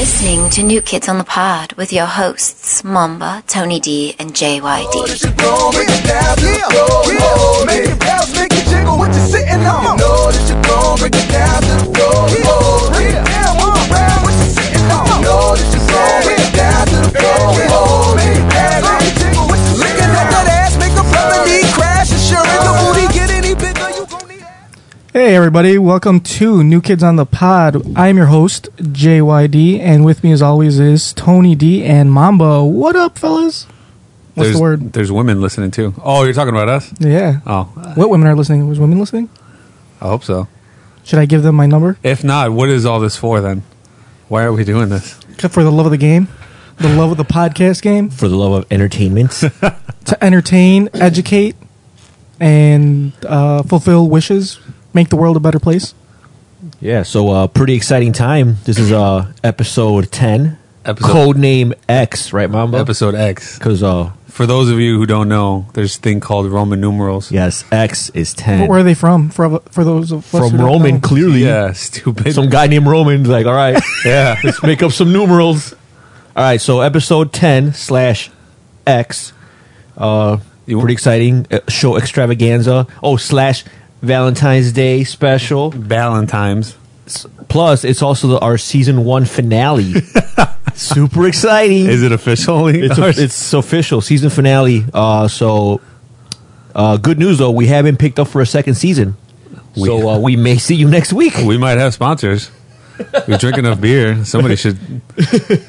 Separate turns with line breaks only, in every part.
listening to New Kids on the Pod with your hosts, Mamba, Tony D, and JYD.
Just go, make it dab, just go, oh, make it bounce, make it jiggle, what you sitting on? You know that you go, break it down, just go, oh, break it down, move around, what you sitting on? You know that you go, break it down, just go, oh, make it dab, make it jiggle, what you looking at that ass, make a property crash, insurance, the booty get any bigger, you gon' need
Hey everybody, welcome to New Kids on the Pod. I'm your host, JYD, and with me as always is Tony D and Mambo. What up, fellas? What's
there's,
the word?
There's women listening too. Oh, you're talking about us?
Yeah.
Oh,
What women are listening? Was women listening?
I hope so.
Should I give them my number?
If not, what is all this for then? Why are we doing this?
Except for the love of the game, the love of the podcast game,
for the love of entertainment.
to entertain, educate, and uh, fulfill wishes, make the world a better place.
yeah, so uh, pretty exciting time. This is uh, episode ten,
Episode-
code name X, right, Mamba?
Episode X.
Because uh,
For those of you who don't know, there's a thing called Roman numerals.
yes, X is ten.
But where are they from? For, for those of us who
From
don't
Roman,
know.
clearly.
Yeah, stupid.
Some guy named Roman. Like, all right,
yeah.
let's make up some numerals. All right, so episode ten slash X. Uh,
You-
pretty exciting uh, show extravaganza. Oh, slash Valentine's Day special.
Valentine's.
Plus, it's also the, our season one finale. Super exciting.
Is it officially?
it's, it's official season finale. Uh, so, uh, good news though, we haven't picked up for a second season.
We-
so uh, we may see you next week.
we might have sponsors. We drink enough beer. Somebody should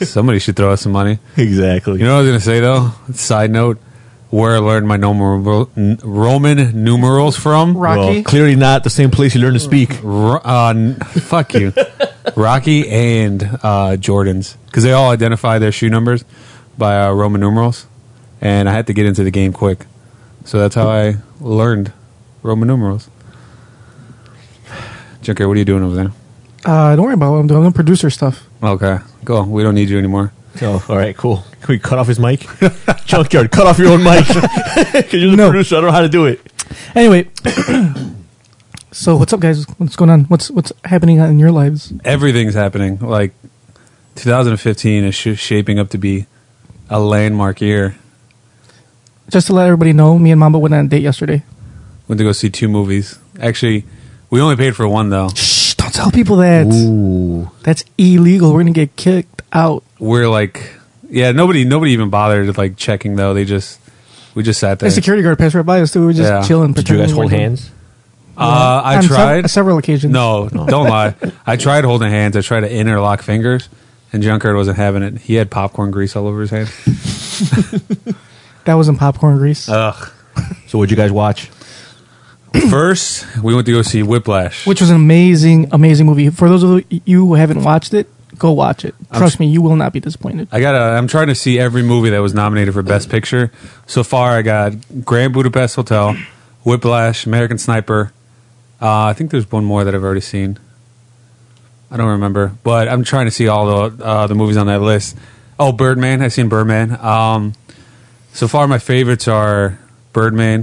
somebody should throw us some money.
Exactly.
You know what I was gonna say though? Side note, where I learned my numeral, n- Roman numerals from?
Rocky?
clearly not the same place you learn to speak.
Ro- uh, n- fuck you, Rocky and uh, Jordans, because they all identify their shoe numbers by uh, Roman numerals, and I had to get into the game quick, so that's how I learned Roman numerals. Junker, what are you doing over there?
Uh, don't worry about what I'm doing. I'm doing producer stuff.
Okay, go. We don't need you anymore.
So, all right, cool. Can we cut off his mic? Junkyard, cut off your own mic. Because you're the
No.
producer. I don't know how to do it.
Anyway, so what's up, guys? What's going on? What's what's happening in your lives?
Everything's happening. Like 2015 is sh- shaping up to be a landmark year.
Just to let everybody know, me and Mamba went on a date yesterday.
Went to go see two movies. Actually, we only paid for one though.
Shh! Don't tell people that. That's illegal. We're gonna get kicked out.
we're like yeah nobody nobody even bothered like checking though they just we just sat there
A security guard passed right by us. Too. We were just
Yeah.
chilling.
Did you
pretending
guys
we were
hold
doing-
hands?
uh, i
On sev-
tried
several occasions.
no don't lie i tried holding hands i tried to interlock fingers and Junkard wasn't having it. He had popcorn grease all over his hand.
that was in popcorn grease.
Ugh.
So, what'd you guys watch?
First, we went to go see Whiplash.
which was an amazing, amazing movie. For those of you who haven't watched it, go watch it. Trust me, you will not be disappointed.
I got. I'm trying to see every movie that was nominated for Best Picture. So far, I got Grand Budapest Hotel, Whiplash, American Sniper. Uh, I think there's one more that I've already seen. I don't remember, but I'm trying to see all the uh, the movies on that list. Oh, Birdman. I've seen Birdman. Um, so far, my favorites are Birdman.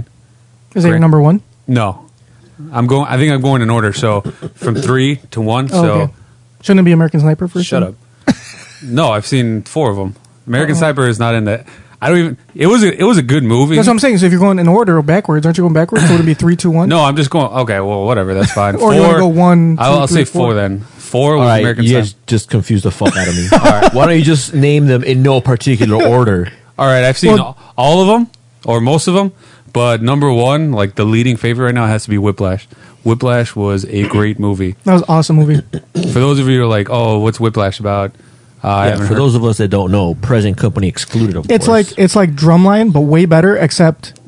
Is that your
Great.
number one?
No, I'm going. I think I'm going in order. So from three to one.
Oh,
so
okay. Shouldn't it be American Sniper first?
Shut
then?
up. no, I've seen four of them. American Sniper is not in that. I don't even. It was a, it was a good movie.
That's what I'm saying. So if you're going in order or backwards, aren't you going backwards? So would it be three, two, one?
no, I'm just going. Okay, well, whatever. That's fine.
Or you wanna go one,
I'll,
two,
I'll
three,
say four.
four.
then. Four
All
was
right,
American
you
Sniper.
guys just confused the fuck out of me. All right, why don't you just name them in no particular order?
All right, I've seen
Well-
all of them or most of them, but number one, like the leading favorite right now, has to be Whiplash. Whiplash was a great movie.
That was an awesome movie.
For those of you who are like, oh, what's Whiplash about? Uh, I
Yeah,
haven't
for
heard.
those of us that don't know, present company excluded. Of
It's
course.
like it's like Drumline, but way better. Except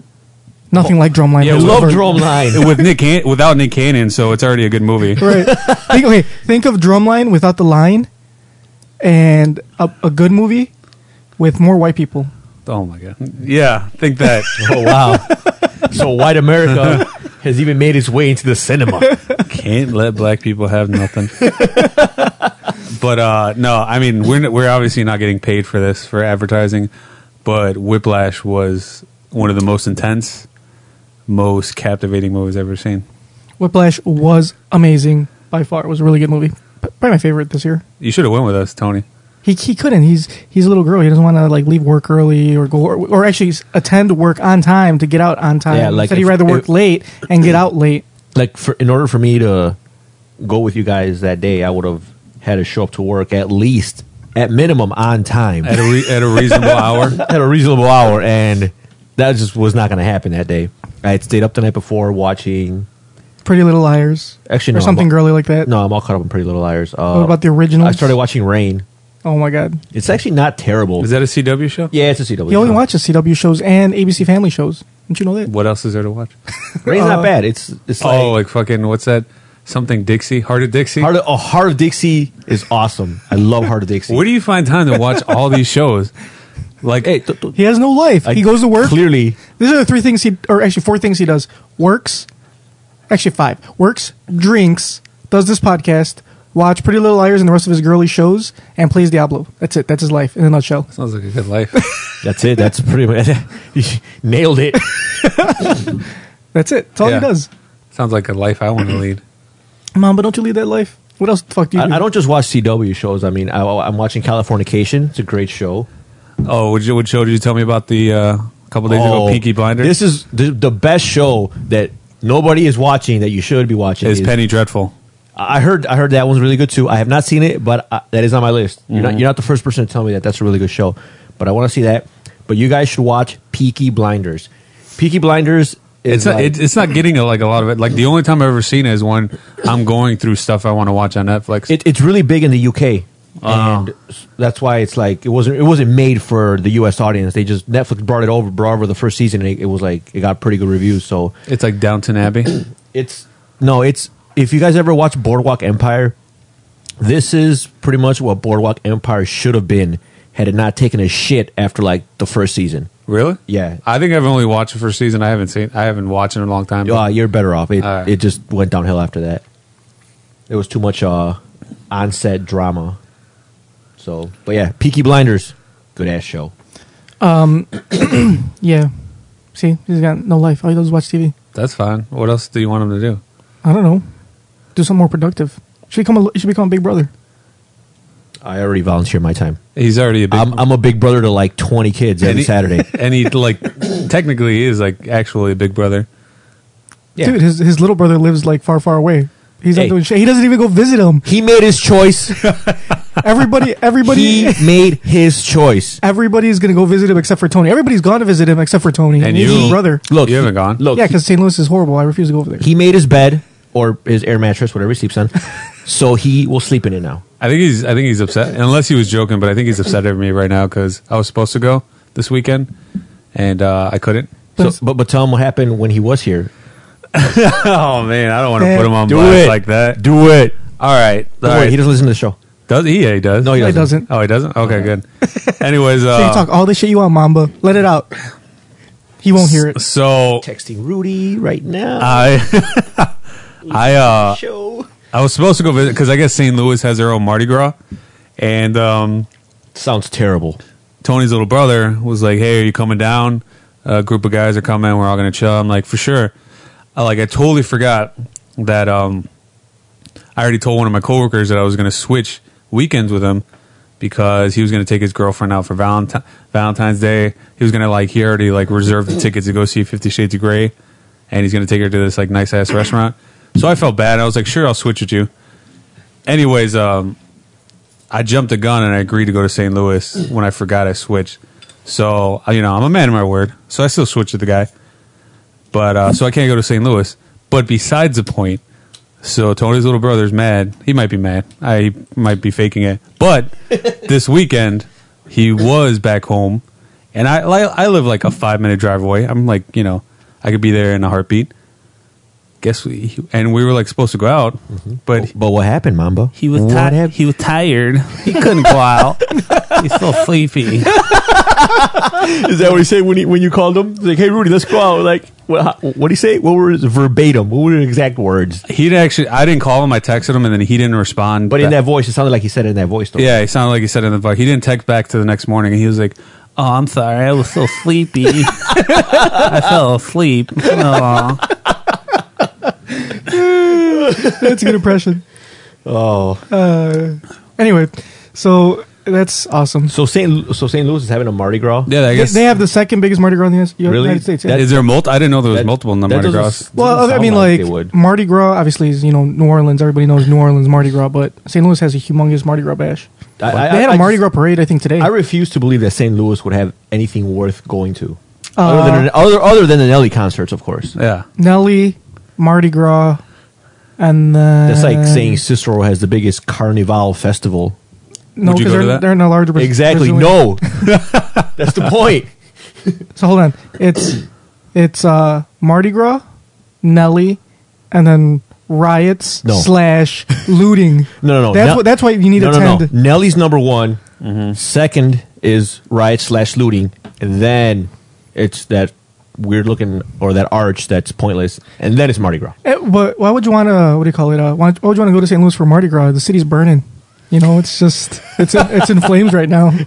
nothing like Drumline.
Yeah,
I
we
love
whatsoever.
Drumline.
with Nick Can- without Nick Cannon, so it's already a good movie.
Right. think, okay, think of Drumline without the line, and a, a good movie with more white people.
Oh my god, yeah, think that.
oh wow! So white America has even made its way into the cinema.
Can't let black people have nothing. but uh, no, I mean we're we're obviously not getting paid for this for advertising, but Whiplash was one of the most intense, most captivating movies I've ever seen.
Whiplash was amazing by far. It was a really good movie. P- Probably my favorite this year.
You should have went with us, Tony.
He, he couldn't. He's he's a little girl. He doesn't want to like leave work early or go or, or actually s- attend work on time to get out on time.
Yeah, like
Instead, he'd
if-
rather work
if-
late and get out late.
like for, in order for me to go with you guys that day, I would have had to show up to work at least at minimum on time
at a re- at a reasonable hour.
at a reasonable hour, and that just was not going to happen that day. I had stayed up the night before watching.
Pretty Little Liars.
Actually, no,
or
I'm
something
all-
girly like that.
No, I'm all caught up on Pretty Little Liars. Uh,
What about the originals?
I started watching Rain.
Oh my god.
It's actually not terrible.
Is that a CW show?
yeah, it's a CW.
He only
show.
watches CW shows and ABC Family shows. Didn't you know that?
What else is there to watch?
Rain's
uh,
not bad. It's it's like,
oh, like fucking what's that? Something Dixie, Heart of Dixie.
Heart of, oh, Heart of Dixie is awesome. I love Heart of Dixie.
Where do you find time to watch all these shows? Like
hey, th- th-
He has no life.
I-
he goes to work.
Clearly,
These are the three things he, or actually four things he does: works, actually five, works, drinks, does this podcast, watch Pretty Little Liars and the rest of his girly shows, and plays Diablo. That's it. That's his life in a nutshell.
sounds like a good life.
that's it. That's pretty much you nailed it.
That's it. That's all
Yeah.
he does.
sounds like a life I want to lead.
Mom, but don't you lead that life? What else? The fuck do you? do?
I, I don't just watch CW shows. I mean, I, I'm watching Californication. It's a great show.
Oh, what, you, what show did you tell me about the uh, couple days ago? Peaky Blinders.
Oh, This is the, the best show that nobody is watching that you should be watching.
is Penny Dreadful.
I heard. I heard that one's really good too. I have not seen it, but uh that is on my list. You're
Mm-hmm.
not. You're not the first person to tell me that. That's a really good show, but I want to see that. But you guys should watch Peaky Blinders. Peaky Blinders. Is
It's not,
like-
it, it's not getting like a lot of it. Like the only time I've ever seen it is when I'm going through stuff I want to watch on Netflix.
It, it's really big in the UK,
Ah.
and s- that's why it's like it wasn't. It wasn't made for the US audience. They just Netflix brought it over, brought over the first season, and it, it was like it got pretty good reviews. So
it's like Downton Abbey.
it's no, it's if you guys ever watch Boardwalk Empire, this is pretty much what Boardwalk Empire should have been had it not taken a shit after like the first season.
really?
Yeah.
I think I've only watched the first season. I haven't seen. I haven't watched in a long time.
Uh, you're better off. It,
Alright.
it just went downhill after that. There was too much uh, onset drama. So, but yeah, Peaky Blinders, good ass show.
yeah. See, he's got no life. All he does is watch TV.
That's fine. What else do you want him to do?
I don't know. Do something more productive. Should become a, should become a Big Brother.
I already volunteer my time.
He's already a big.
I'm, I'm a big brother to like 20 kids
And
every
he-
Saturday.
and he like technically is like actually a big brother.
Yeah.
Dude, his his little brother lives like far, far away. He's
Hey.
not doing shit. He doesn't even go visit him.
He made his choice.
Everybody, everybody,
he made his choice.
everybody's gonna go visit him except for Tony. Everybody's gone to visit him except for Tony
And
his
you-
brother.
Look,
You haven't gone.
Look,
yeah, because St. Louis is horrible. I refuse to go over there.
he made his bed or his air mattress, whatever he sleeps on. so he will sleep in it now.
I think he's. I think he's upset. Unless he was joking, but I think he's upset at me right now because I was supposed to go this weekend and uh, I couldn't.
So,
But-
but but tell him what happened when he was here.
Oh man, I don't want
Yeah.
to put him on blast like that.
Do it.
All right.
Don't
all
worry,
right.
he doesn't listen to the show.
does he? Yeah, he does.
No, he
No, he
doesn't.
doesn't.
Oh, he doesn't. Okay, good. Anyways,
so you
uh,
talk all the shit you want, Mamba. Let it out. He won't hear it.
so
Texting Rudy right now.
I, I, uh,
show.
I was supposed to go visit because I guess St. Louis has their own Mardi Gras, and um,
Sounds terrible.
Tony's little brother was like, "Hey, are you coming down? A group of guys are coming. We're all gonna chill." I'm like, "For sure." I, like I totally forgot that um, I already told one of my coworkers that I was gonna switch weekends with him because he was gonna take his girlfriend out for Valentine Valentine's Day. He was gonna like he already like reserved the tickets to go see Fifty Shades of Grey, and he's gonna take her to this like nice ass restaurant. So I felt bad. I was like, "Sure, I'll switch with you." Anyways, um, I jumped the gun and I agreed to go to St. Louis when I forgot I switched. So uh, you know, I'm a man of my word. So I still switched with the guy, but uh, so I can't go to St. Louis. But besides the point, so Tony's little brother's mad. He might be mad. I he might be faking it. But this weekend, he was back home, and I like, I live like a five minute drive away. I'm like you know, I could be there in a heartbeat. Guess we and we were like supposed to go out, but
But what happened, Mamba?
He was
what
tired.
happened?
He was tired. He couldn't go out. He's so sleepy.
Is that what he said when he, when you called him? He's like, hey Rudy, let's go out. Like, what what he say? What were his verbatim? What were the exact words?
He didn't actually. I didn't call him. I texted him, and then he didn't respond.
But in
back.
that voice, it sounded like he said it in that voice. Though.
yeah, he sounded like he said in the fuck. He didn't text back to the next morning, and he was like,
Oh, I'm sorry. I was so sleepy. I fell asleep. Oh,
That's a good impression.
Oh,
Anyway, Uh, so That's awesome.
So St. Lu- so St. Louis is having a Mardi Gras.
Yeah, I
They,
guess.
they have the second biggest Mardi Gras in the US United
Really?
States.
That-
is there multi? I didn't know there was
That-
multiple in the
that
Mardi
doesn't
Gras.
s-
Well,
doesn't
I mean,
sound
like
they would.
Mardi Gras, obviously, is you know New Orleans. Everybody knows New Orleans Mardi Gras, but St. Louis has a humongous Mardi Gras bash.
I- I-
they had a
I
Mardi
just-
Gras parade, I think, today.
I refuse to believe that St. Louis would have anything worth going to,
Uh,
other than other other than the Nelly concerts, of course.
Yeah.
Nelly, Mardi Gras, and then
That's like saying Cicero has the biggest carnival festival.
no
Would you
because
go to
they're,
that?
they're in a larger Bra-
Exactly.
Brazilian-
No, that's the point.
So hold on, it's it's uh, Mardi Gras, Nelly, and then riots
No.
slash looting.
No, no, no.
That's
Nel-
what. That's why you need
no,
to
no,
attend.
no. Nelly's number one.
Mm-hmm.
Second is riot slash looting. And then it's that weird looking or that arch that's pointless. And then it's Mardi Gras.
Eh, but why would you want to? What do you call it? Uh, why, why would you want to go to St. Louis for Mardi Gras? The city's burning. You know, it's just it's in, it's in flames right now.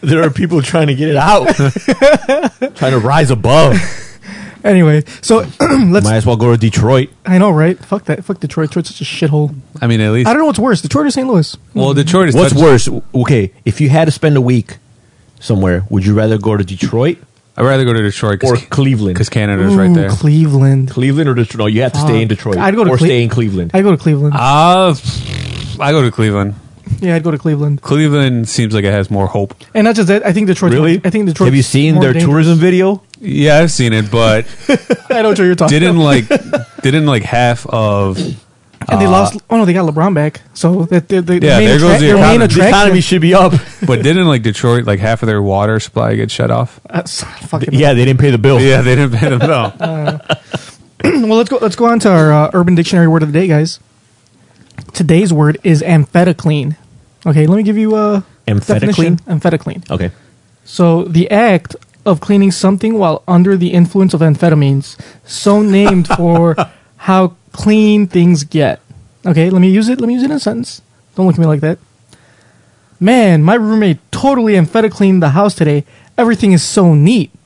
There are people trying to get it out, trying to rise above.
Anyway, so let's.
Might as well go to Detroit.
I know, right? Fuck that. Fuck Detroit. Detroit's such a shithole.
I mean, at least.
I don't know what's worse, Detroit or St. Louis.
well, Detroit is.
What's
touched-
worse? Okay, if you had to spend a week somewhere, would you rather go to Detroit
I'd rather go to Detroit
or
because
Cleveland?
Canada's right
Ooh,
there.
Cleveland.
Cleveland or Detroit? No, you have Uh, to stay in Detroit.
I'd go to
or
Cle-
stay in Cleveland.
I go to Cleveland.
Uh, I go to Cleveland.
yeah, I'd go to Cleveland.
Cleveland seems like it has more hope.
And not just that, I think Detroit.
really?
I think Detroit.
Have you seen their tourism video?
Yeah, I've seen it, but
I know what you're talking.
didn't
about.
like didn't like half of
and they lost.
Ah.
Oh no, they got LeBron back. So that the, the,
Yeah,
main,
there goes
attract-
the
their main
economy.
Uh, The economy
attraction.
should be up.
but didn't like Detroit like half of their water supply get shut off?
That's fucking
yeah, they didn't pay the bill.
Yeah, they didn't pay them bill.
Well, let's go. Let's go on to our uh, Urban Dictionary word of the day, guys. Today's word is amphetamine. Okay, let me give you a
Amphetamine?
Amphetamine.
Okay.
So the act of cleaning something while under the influence of amphetamines, so named for how clean things get. Okay, let me use it. Let me use it in a sentence. Don't look at me like that. Man, my roommate totally amphetamine the house today. Everything is so neat.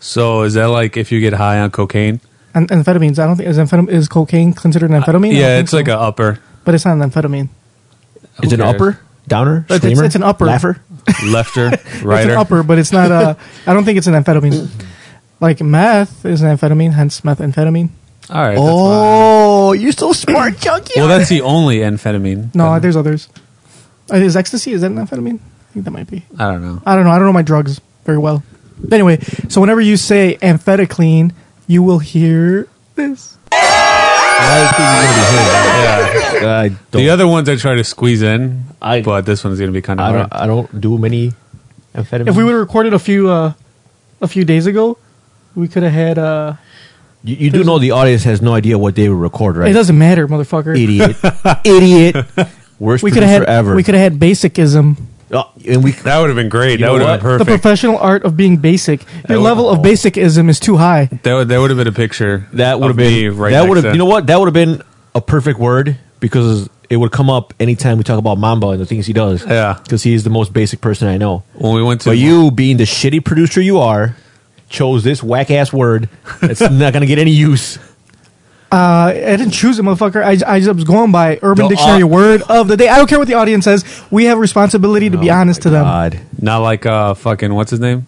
So is that like if you get high on cocaine?
And amphetamines. I don't think is amphetam- is cocaine considered an amphetamine? I don't
Uh, yeah,
think
it's like
so.
a upper
but it's not an amphetamine.
It's an
cares?
upper, downer,
It's-
streamer,
it's an upper.
laugher.
lefter
It's
righter.
an upper, but it's not a. I don't think it's an amphetamine. Like meth is an amphetamine, hence methamphetamine.
All right.
Oh, you're so smart, Chunky.
That's fine. well, that's the only amphetamine.
No, there's others. Uh, Is ecstasy is that an amphetamine? I think that might be.
I don't know.
I don't know. I don't know my drugs very well. But anyway, so whenever you say amphetamine, you will hear this.
Yeah.
I don't,
The other ones I try to squeeze in,
I-
but this one's gonna be kind
I
of
don't.
hard.
I don't do many amphetamines.
If we would have recorded a few uh, a few days ago, we could have had. Uh,
you, you do know the audience has no idea what they would record, right?
it doesn't matter, motherfucker.
Idiot, idiot. Worst
We could have
producer
had.
ever.
We could have had basicism.
Oh, and we.
That would have been great. that
You know
would have been
what?
The
perfect.
professional art of being basic. Your
Oh.
level of basicism is too high.
that would that would have been a picture.
That would
of
have
me
been.
right.
that
next
would
to-
have. You know what? That would have been a perfect word because it would come up anytime we talk about Mamba and the things he does.
Yeah.
Because he is the most basic person I know.
When we went to
But you, being the shitty producer you are, chose this whack ass word that's not going to get any use.
Uh, I didn't choose it, motherfucker. I, I just was going by Urban
The
Dictionary
au-
word of the day. I don't care what the audience says. We have a responsibility to
Oh
be honest to them.
God.
Not like uh fucking what's his name?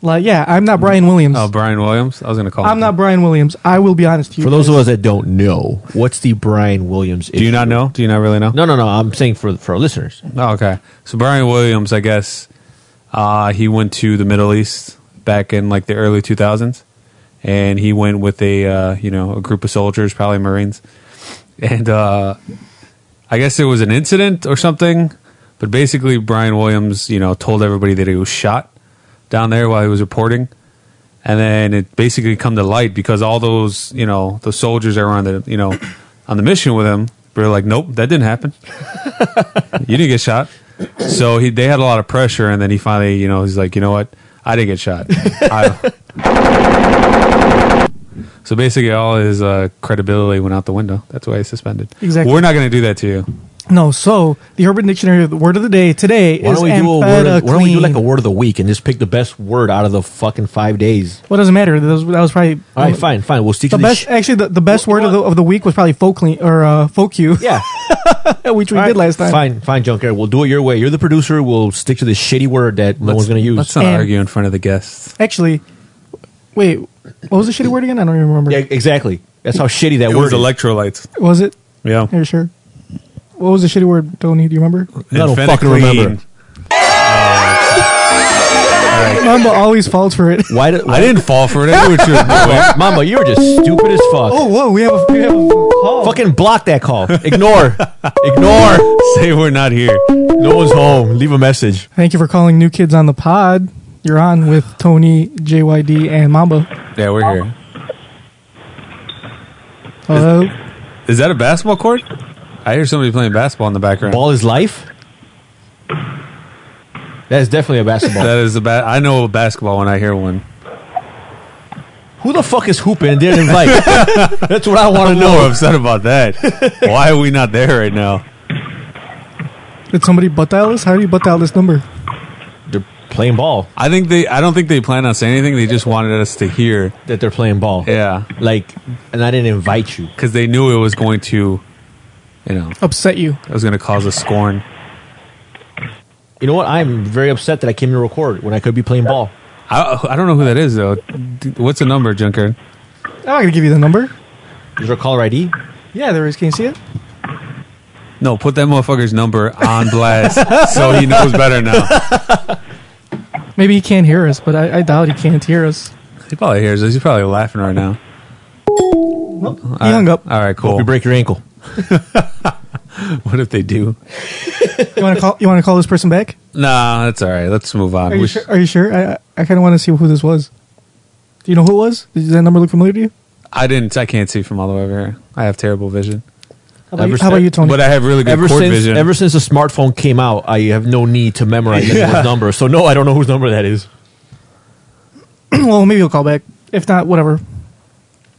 Like, yeah, I'm not Brian Williams.
Oh, Brian Williams. I was gonna call.
I'm
him.
not Brian Williams. I will be honest to you.
For those
guys.
of us that don't know, what's the Brian Williams issue?
Do you not know? Do you not really know?
No, no, no. I'm saying for for our listeners.
Oh, okay. So Brian Williams, I guess, uh, he went to the Middle East back in like the early 2000s, and he went with a uh, you know a group of soldiers, probably Marines, and uh, I guess there was an incident or something. But basically, Brian Williams, you know, told everybody that he was shot down there while he was reporting, and then it basically come to light because all those you know the soldiers that were on the you know on the mission with him were like, nope, that didn't happen you didn't get shot. So he, they had a lot of pressure, and then he finally, you know, he's like, you know what, I didn't get shot. I- so basically, all his uh, credibility went out the window. That's why he's suspended.
Exactly.
We're not going to do that to you.
No, so the Urban Dictionary of the word of the day today
Why
is
don't we do a word? Of, why don't we do like a
amphetamine.
word of the week and just pick the best word out of the fucking five days?
Well, it doesn't matter. That was, that was probably
All right, fine, fine. We'll stick
The
to this
best,
sh-
actually, the, the best word of the, of the week was probably folk or uh, folk you,
yeah,
which we
All right,
did last time.
Fine, fine, Junker. We'll do it your way. You're the producer. We'll stick to the shitty word that no
Let's-
one's going to use.
Let's not
And-
argue in front of the guests.
Actually, wait, what was the shitty word again? I don't even remember.
Yeah, exactly. That's how shitty that
It was
word is.
electrolytes.
Was it?
Yeah.
Are you sure? What was the shitty word, Tony? Do you remember?
I don't
Infinite
fucking
clean.
remember.
Mamba always falls for it.
Why did?
I didn't fall for it. I knew what you were doing.
Mama, you were just stupid as fuck.
Oh, whoa, we have a, we have a call.
Fucking block that call. Ignore. Ignore.
Say we're not here.
No one's home. Leave a message.
Thank you for calling New Kids on the Pod. You're on with Tony, JYD, and Mamba.
Yeah, we're here.
Hello?
Is that a basketball court? I hear somebody playing basketball in the background.
Ball is life. That is definitely a basketball.
That is a ba- I know a basketball when I hear one.
Who the fuck is hooping and didn't invite? That's what I want to
No,
know.
we're upset about that. Why are we not there right now?
Did somebody butt dial this? How do you butt dial this number?
They're playing ball.
I think they. I don't think they plan on saying anything. They just wanted us to hear.
That they're playing ball.
Yeah,
Like, and I didn't invite you.
because they knew it was going to, you know,
Upset you.
it was going to cause a scorn.
You know what? I'm very upset that I came to record when I could be playing ball.
I, I don't know who that is though. D- What's the number,
I'm
Junker?
not going to Oh, give you the number.
Is there a caller ID?
Yeah, there is. Can you see it?
No, put that motherfucker's number on blast so he knows better now.
Maybe he can't hear us, but I, I doubt he can't hear us.
He probably hears this. He's probably laughing right now.
He hung up.
All right, cool.
Hope you break your ankle.
What if they do?
You want to call? You want to call this person back?
Nah, that's all right. Let's move on.
Are you
We
sure?
sh-
Are you sure? I I- I kind of want to see who this was. Do you know who it was? Does that number look familiar to you?
I didn't. I can't see from all the way over here. I have terrible vision,
How about,
Ever
you, how about
since-
you, Tony?
but I have really good
Ever
court
since,
vision.
ever since the smartphone came out, I have no need to memorize anyone's number. So no, I don't know whose number that is.
well, maybe he'll call back. If not, whatever.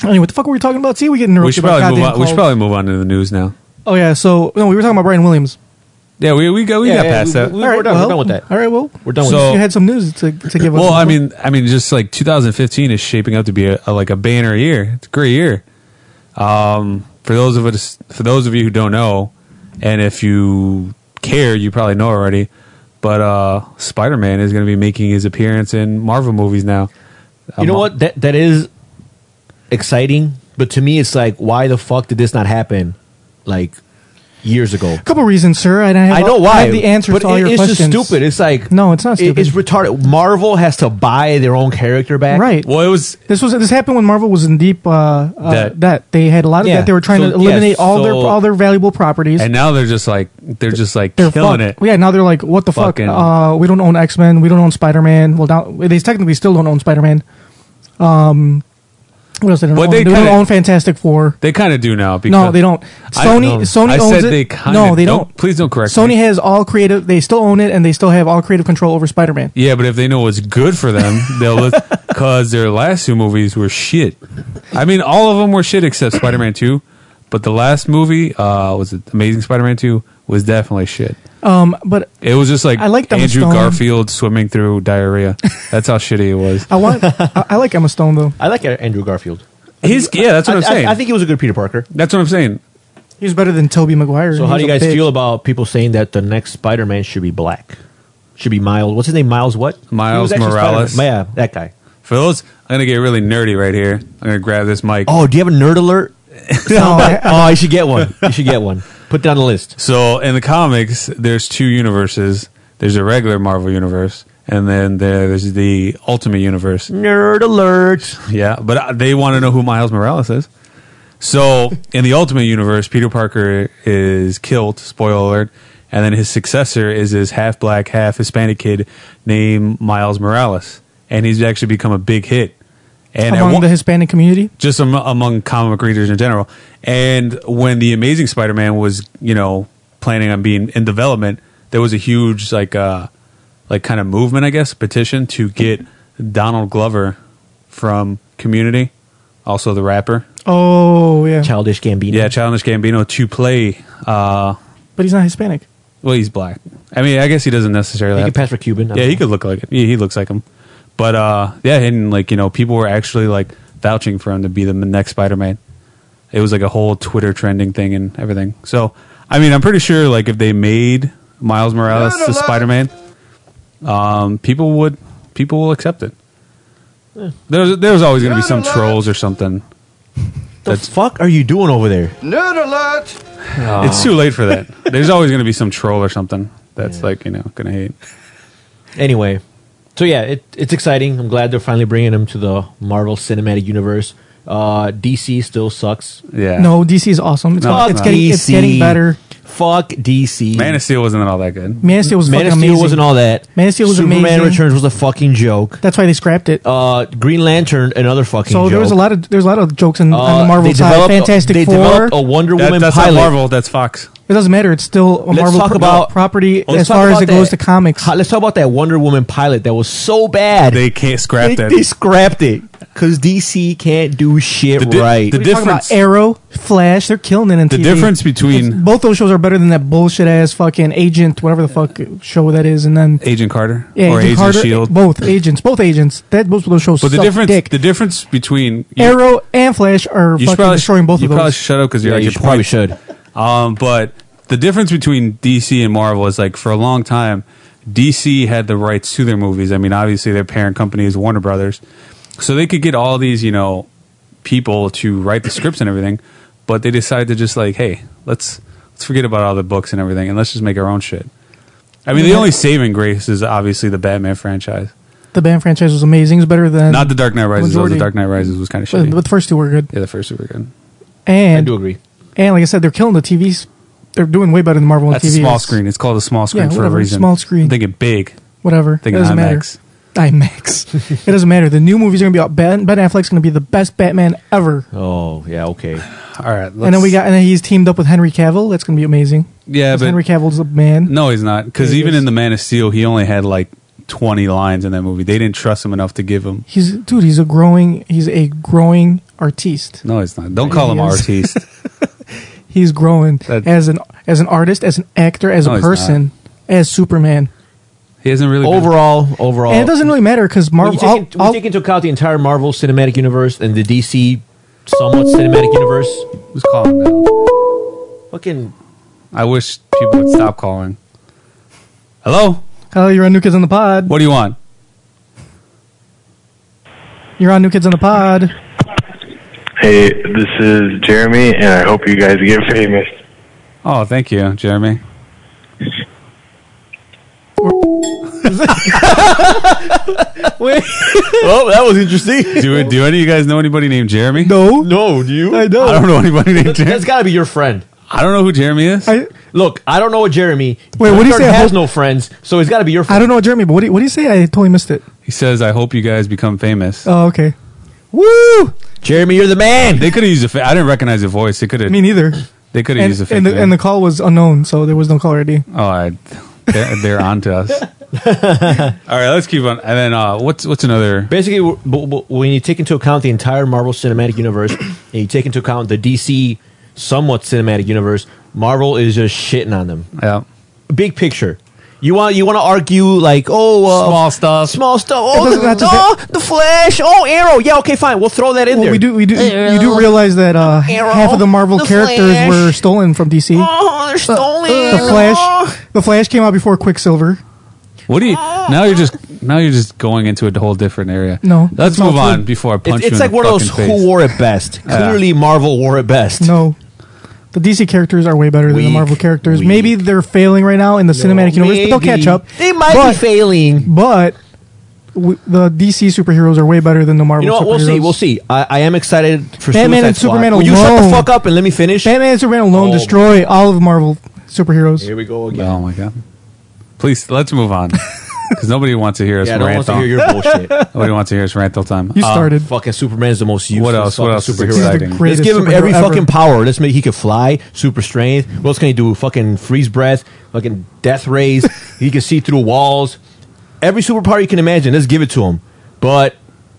Anyway, what the fuck were we talking about? See, we get interrupted.
we should
by
probably move
goddamn
on. We should
calls.
probably move on to the news now.
Oh yeah. So no, we were talking about Brian Williams.
Yeah, we we go we got past
we,
that.
We, are done.
well,
we're done with that.
All right. Well,
We're done
So-
with
you had some news to to give us.
well, I mean, I mean, just like 2015 is shaping up to be a, a- like a banner year. It's a great year. Um, for those of us, for those of you who don't know, and if you care, you probably know already. But uh, Spider Man is going to be making his appearance in Marvel movies now.
You know
Um,
what? That that is exciting, but to me, it's like, why the fuck did this not happen? Like years ago.
a couple reasons, sir. And I have
I know
all-
why.
I have the answers
but
to all
it-
your
it's
questions.
just stupid. It's like
No, it's not
it- It's
stupid.
retarded. Marvel has to buy their own character back.
Right.
Well, it was
This was this happened when Marvel was in deep uh, uh,
Debt.
debt. They had a lot of
Yeah.
debt. They were trying
So,
to eliminate
yes,
all their
so-
all their valuable properties.
and now they're just like they're just like
they're
killing
fucked.
it.
Yeah, now they're like, what the fuck?
Fucking-
Uh, we don't own X Men. We don't own Spider Man. Well, now they technically still don't own Spider Man. Um, what else? They don't
But
own.
they
They, don't
kinda-
own Fantastic Four.
They kind of do now. Because
No, they don't.
I-
Sony,
no.
Sony
I
owns
said
it.
they kinda
no, they
don't-
don't.
please don't correct
Sony
me.
has all creative. They still own it, and they still have all creative control over Spider Man.
Yeah, but if they know what's good for them, they'll because their last two movies were shit. I mean, all of them were shit except Spider Man Two, but the last movie uh, was it Amazing Spider Man Two was definitely shit.
Um, but
It was just like
I liked Emma
Andrew
Stone.
Garfield swimming through diarrhea. That's how shitty it was.
I want. I, I like Emma Stone though.
I like Andrew Garfield.
He's yeah, that's what I, am
I- I-
saying.
I think he was a good Peter Parker.
that's what I'm saying.
He's better than Toby Maguire.
So how
He's
do you
a
guys
bitch.
feel about people saying that the next Spider-Man should be black? Should be Miles. What's his name? Miles what?
Miles
He was actually
Morales.
Spider-Man. Yeah, that guy.
For those, I'm gonna get really nerdy right here. I'm gonna grab this mic.
Oh, do you have a nerd alert?
No, I-
oh, you should get one. You should get one. Put that on the list.
So in the comics, there's two universes. There's a regular Marvel universe, and then there's the Ultimate universe.
Nerd alert.
Yeah, but uh, they want to know who Miles Morales is. So in the Ultimate Universe, Peter Parker is killed. Spoiler alert. And then his successor is this half black, half Hispanic kid named Miles Morales, and he's actually become a big hit. And at
among
one-
the Hispanic community.
just am- among comic readers in general. And when the Amazing Spider-Man was, you know, planning on being in development, there was a huge like uh like kind of movement, I guess, petition to get Donald Glover from Community, also the rapper.
Oh yeah.
Childish Gambino.
Yeah, Childish Gambino to play uh
but he's not Hispanic.
Well, he's black. I mean, I guess he doesn't necessarily.
He
have
could
to-
pass for Cuban. I
yeah,
don't
he
know.
could look like it. Yeah, he looks like him. But uh, yeah, and like you know, people were actually like vouching for him to be the next Spider-Man. It was like a whole Twitter trending thing and everything. So, I mean, I'm pretty sure like if they made Miles Morales
Not
to
alive.
Spider-Man, um, people would people will accept it. There's there's always going to
Not
be some
alive.
trolls or something.
The fuck are you doing over there?
Nerd alert!
Uh,
It's too late for that. There's always going to be some troll or something that's like you know going to hate.
Anyway, so yeah, it, it's exciting. I'm glad they're finally bringing him to the Marvel Cinematic Universe. Uh, DC still sucks. Uh,
Yeah.
No, DC is awesome. It's,
No,
got- it's
it's not.
getting it's getting better.
Fuck DC.
Man of Steel wasn't all that good.
Man of Steel was
Man
fucking
of Steel
amazing.
wasn't all that.
Man of Steel was
Superman
amazing.
Returns was a fucking joke.
That's why they scrapped it.
Uh, Green Lantern, another fucking
so
joke.
there was a lot of there's a lot of jokes in, on the
Uh,
Marvel
they
side.
developed-
Fantastic
they
Four.
developed a Wonder
That-
Woman
that's
pilot.
not Marvel. That's Fox.
It doesn't matter. It's still a
Let's
Marvel
talk
pro- uh,
about-
property
Let's
as
talk
far as
about
it goes to
that-
comics.
Ho- let's talk about that Wonder Woman pilot that was so bad.
They can't scrap
They-
that.
They scrapped it because DC can't do shit
The di-
right.
the
We're talking
difference-
about Arrow, Flash. They're killing it in
The
TV.
difference between
Both those shows are better than that bullshit ass fucking Agent, whatever the fuck show that is, and then
Agent Carter
yeah,
or Agent
Carter-
Shield.
Both agents, both agents. That both of those shows.
E but the
suck
difference,
dick.
the difference between you,
Arrow and Flash are
you should
fucking
probably
destroying both
you
of
probably
those.
should shut up because you're
Yeah,
at
you
your
should-
point.
probably should.
Um, but the difference between DC and Marvel is like for a long time, DC had the rights to their movies. I mean, obviously their parent company is Warner Brothers, so they could get all these you know people to write the scripts and everything. But they decided to just like, hey, let's let's forget about all the books and everything, and let's just make our own shit. I mean, the only saving grace is obviously the Batman franchise.
the Batman franchise was amazing. It was better than
Not the Dark Knight Rises. though.
Majority.
The Dark Knight Rises was kind of
but,
shitty.
but the first two were good.
yeah, the first two were good.
I
And
do agree.
and like I said, they're killing the TVs. They're doing way better than Marvel
That's
and
a
TV.
small screen. It's called a small screen for
whatever,
a reason.
small screen.
I'm thinking big.
Whatever. It
Thinking
doesn't
IMAX.
matter. IMAX. it doesn't matter. The new movies are gonna be out. Ben, ben Affleck's gonna be the best Batman ever.
Oh yeah, okay.
All right.
and then we
let's-
got and then he's teamed up with Henry Cavill. That's gonna be amazing.
Yeah,
'Cause
but-
Henry Cavill's a man.
No, he's not. Because
Yeah, he
even
is.
in the Man of Steel, he only had like twenty lines in that movie. They didn't trust him enough to give him.
He's dude. He's a growing. He's a growing artiste.
No, he's not. Don't call
he
him
is.
artiste.
He's growing
That-
as an as an artist, as an actor, as
No,
a
he's not.
person, as Superman.
He hasn't really been-
Overall, overall,
Oh.
and it doesn't really matter because
When
Marvel.
you take,
I'll-
in- when you
I'll-
take into account the entire Marvel Cinematic Universe and the DC somewhat cinematic universe.
Who's calling now?
Fucking
I wish people would stop calling. Hello.
Hello, you're on New Kids on the Pod.
What do you want?
You're on New Kids on the Pod.
Hey, this is Jeremy, and I hope you guys get famous.
Oh, thank you, Jeremy.
oh, that was interesting.
Do do any of you guys know anybody named Jeremy?
No,
no, do you? I
know.
I don't know anybody named
That's
Jeremy.
got to be your friend.
I don't know who Jeremy is.
I
Look, I don't know what Jeremy.
Wait, what do you
Gunther
say? I
Has
hope-
no friends, so it's got to be your
I
friend.
don't know Jeremy, but what do you, what do you say? I totally missed it.
He says, "I hope you guys become famous."
Oh, okay.
Woo, Jeremy, you're the man.
They could have used a. Fa- I didn't recognize the voice. They could have.
Me neither.
They could have
And,
used a. Fake
and, the,
name.
and the call was unknown, so there was no caller ID.
All right, Oh, they're, they're on to us. All right, let's keep on. And then uh, what's what's another?
Basically, w- w- w- when you take into account the entire Marvel Cinematic Universe, and you take into account the DC somewhat cinematic universe, Marvel is just shitting on them.
Yeah,
big picture. You want you want to argue like oh uh,
Small stuff.
small stuff.
It
Oh,
doesn't have
the,
to
oh, the Flash. Oh, Arrow. Yeah, okay, fine. We'll throw that in
Well,
there.
we do we do you, you do realize that uh,
Arrow,
half of the Marvel
the
characters
Flash.
were stolen from DC.
Oh, they're stolen.
Uh, the Flash, the Flash came out before Quicksilver.
what do you?
Ah.
Now you're just now you're just going into a whole different area.
No,
let's
it's not
move on
true.
before I
It's-
punch
it's
you.
like
in the
one of those
fucking
who
face.
wore it best. Clearly, Marvel wore it best.
No, the DC characters are way better than the
Weak,
Marvel characters.
weak.
Maybe they're failing right now in the cinematic universe, but they'll
Maybe.
catch up.
They might
but,
be failing.
but w- the DC superheroes are way better than the Marvel.
You know what? We'll see.
superheroes.
We'll see. I, I am excited for
Batman
Suicide
and
Squad.
Superman
Will you shut
alone.
the fuck up and let me finish?
Batman and Superman alone
Oh.
destroy all of Marvel superheroes.
Here we go again.
Oh my god! Please let's move on because nobody wants to hear us
yeah, I don't
rant
want to
on.
hear your bullshit.
nobody wants to hear us rant all time.
You
Uh,
started.
fucking Superman is the most useless.
What else? What
fucking
else is
Superhero
He's the
exciting?
Let's
greatest
give him
superhero
every
ever.
fucking power. Let's make he could fly, super strength. What else can he do? Fucking freeze breath, fucking death rays. he can see through walls. Every superpower you can imagine. Let's give it to him. But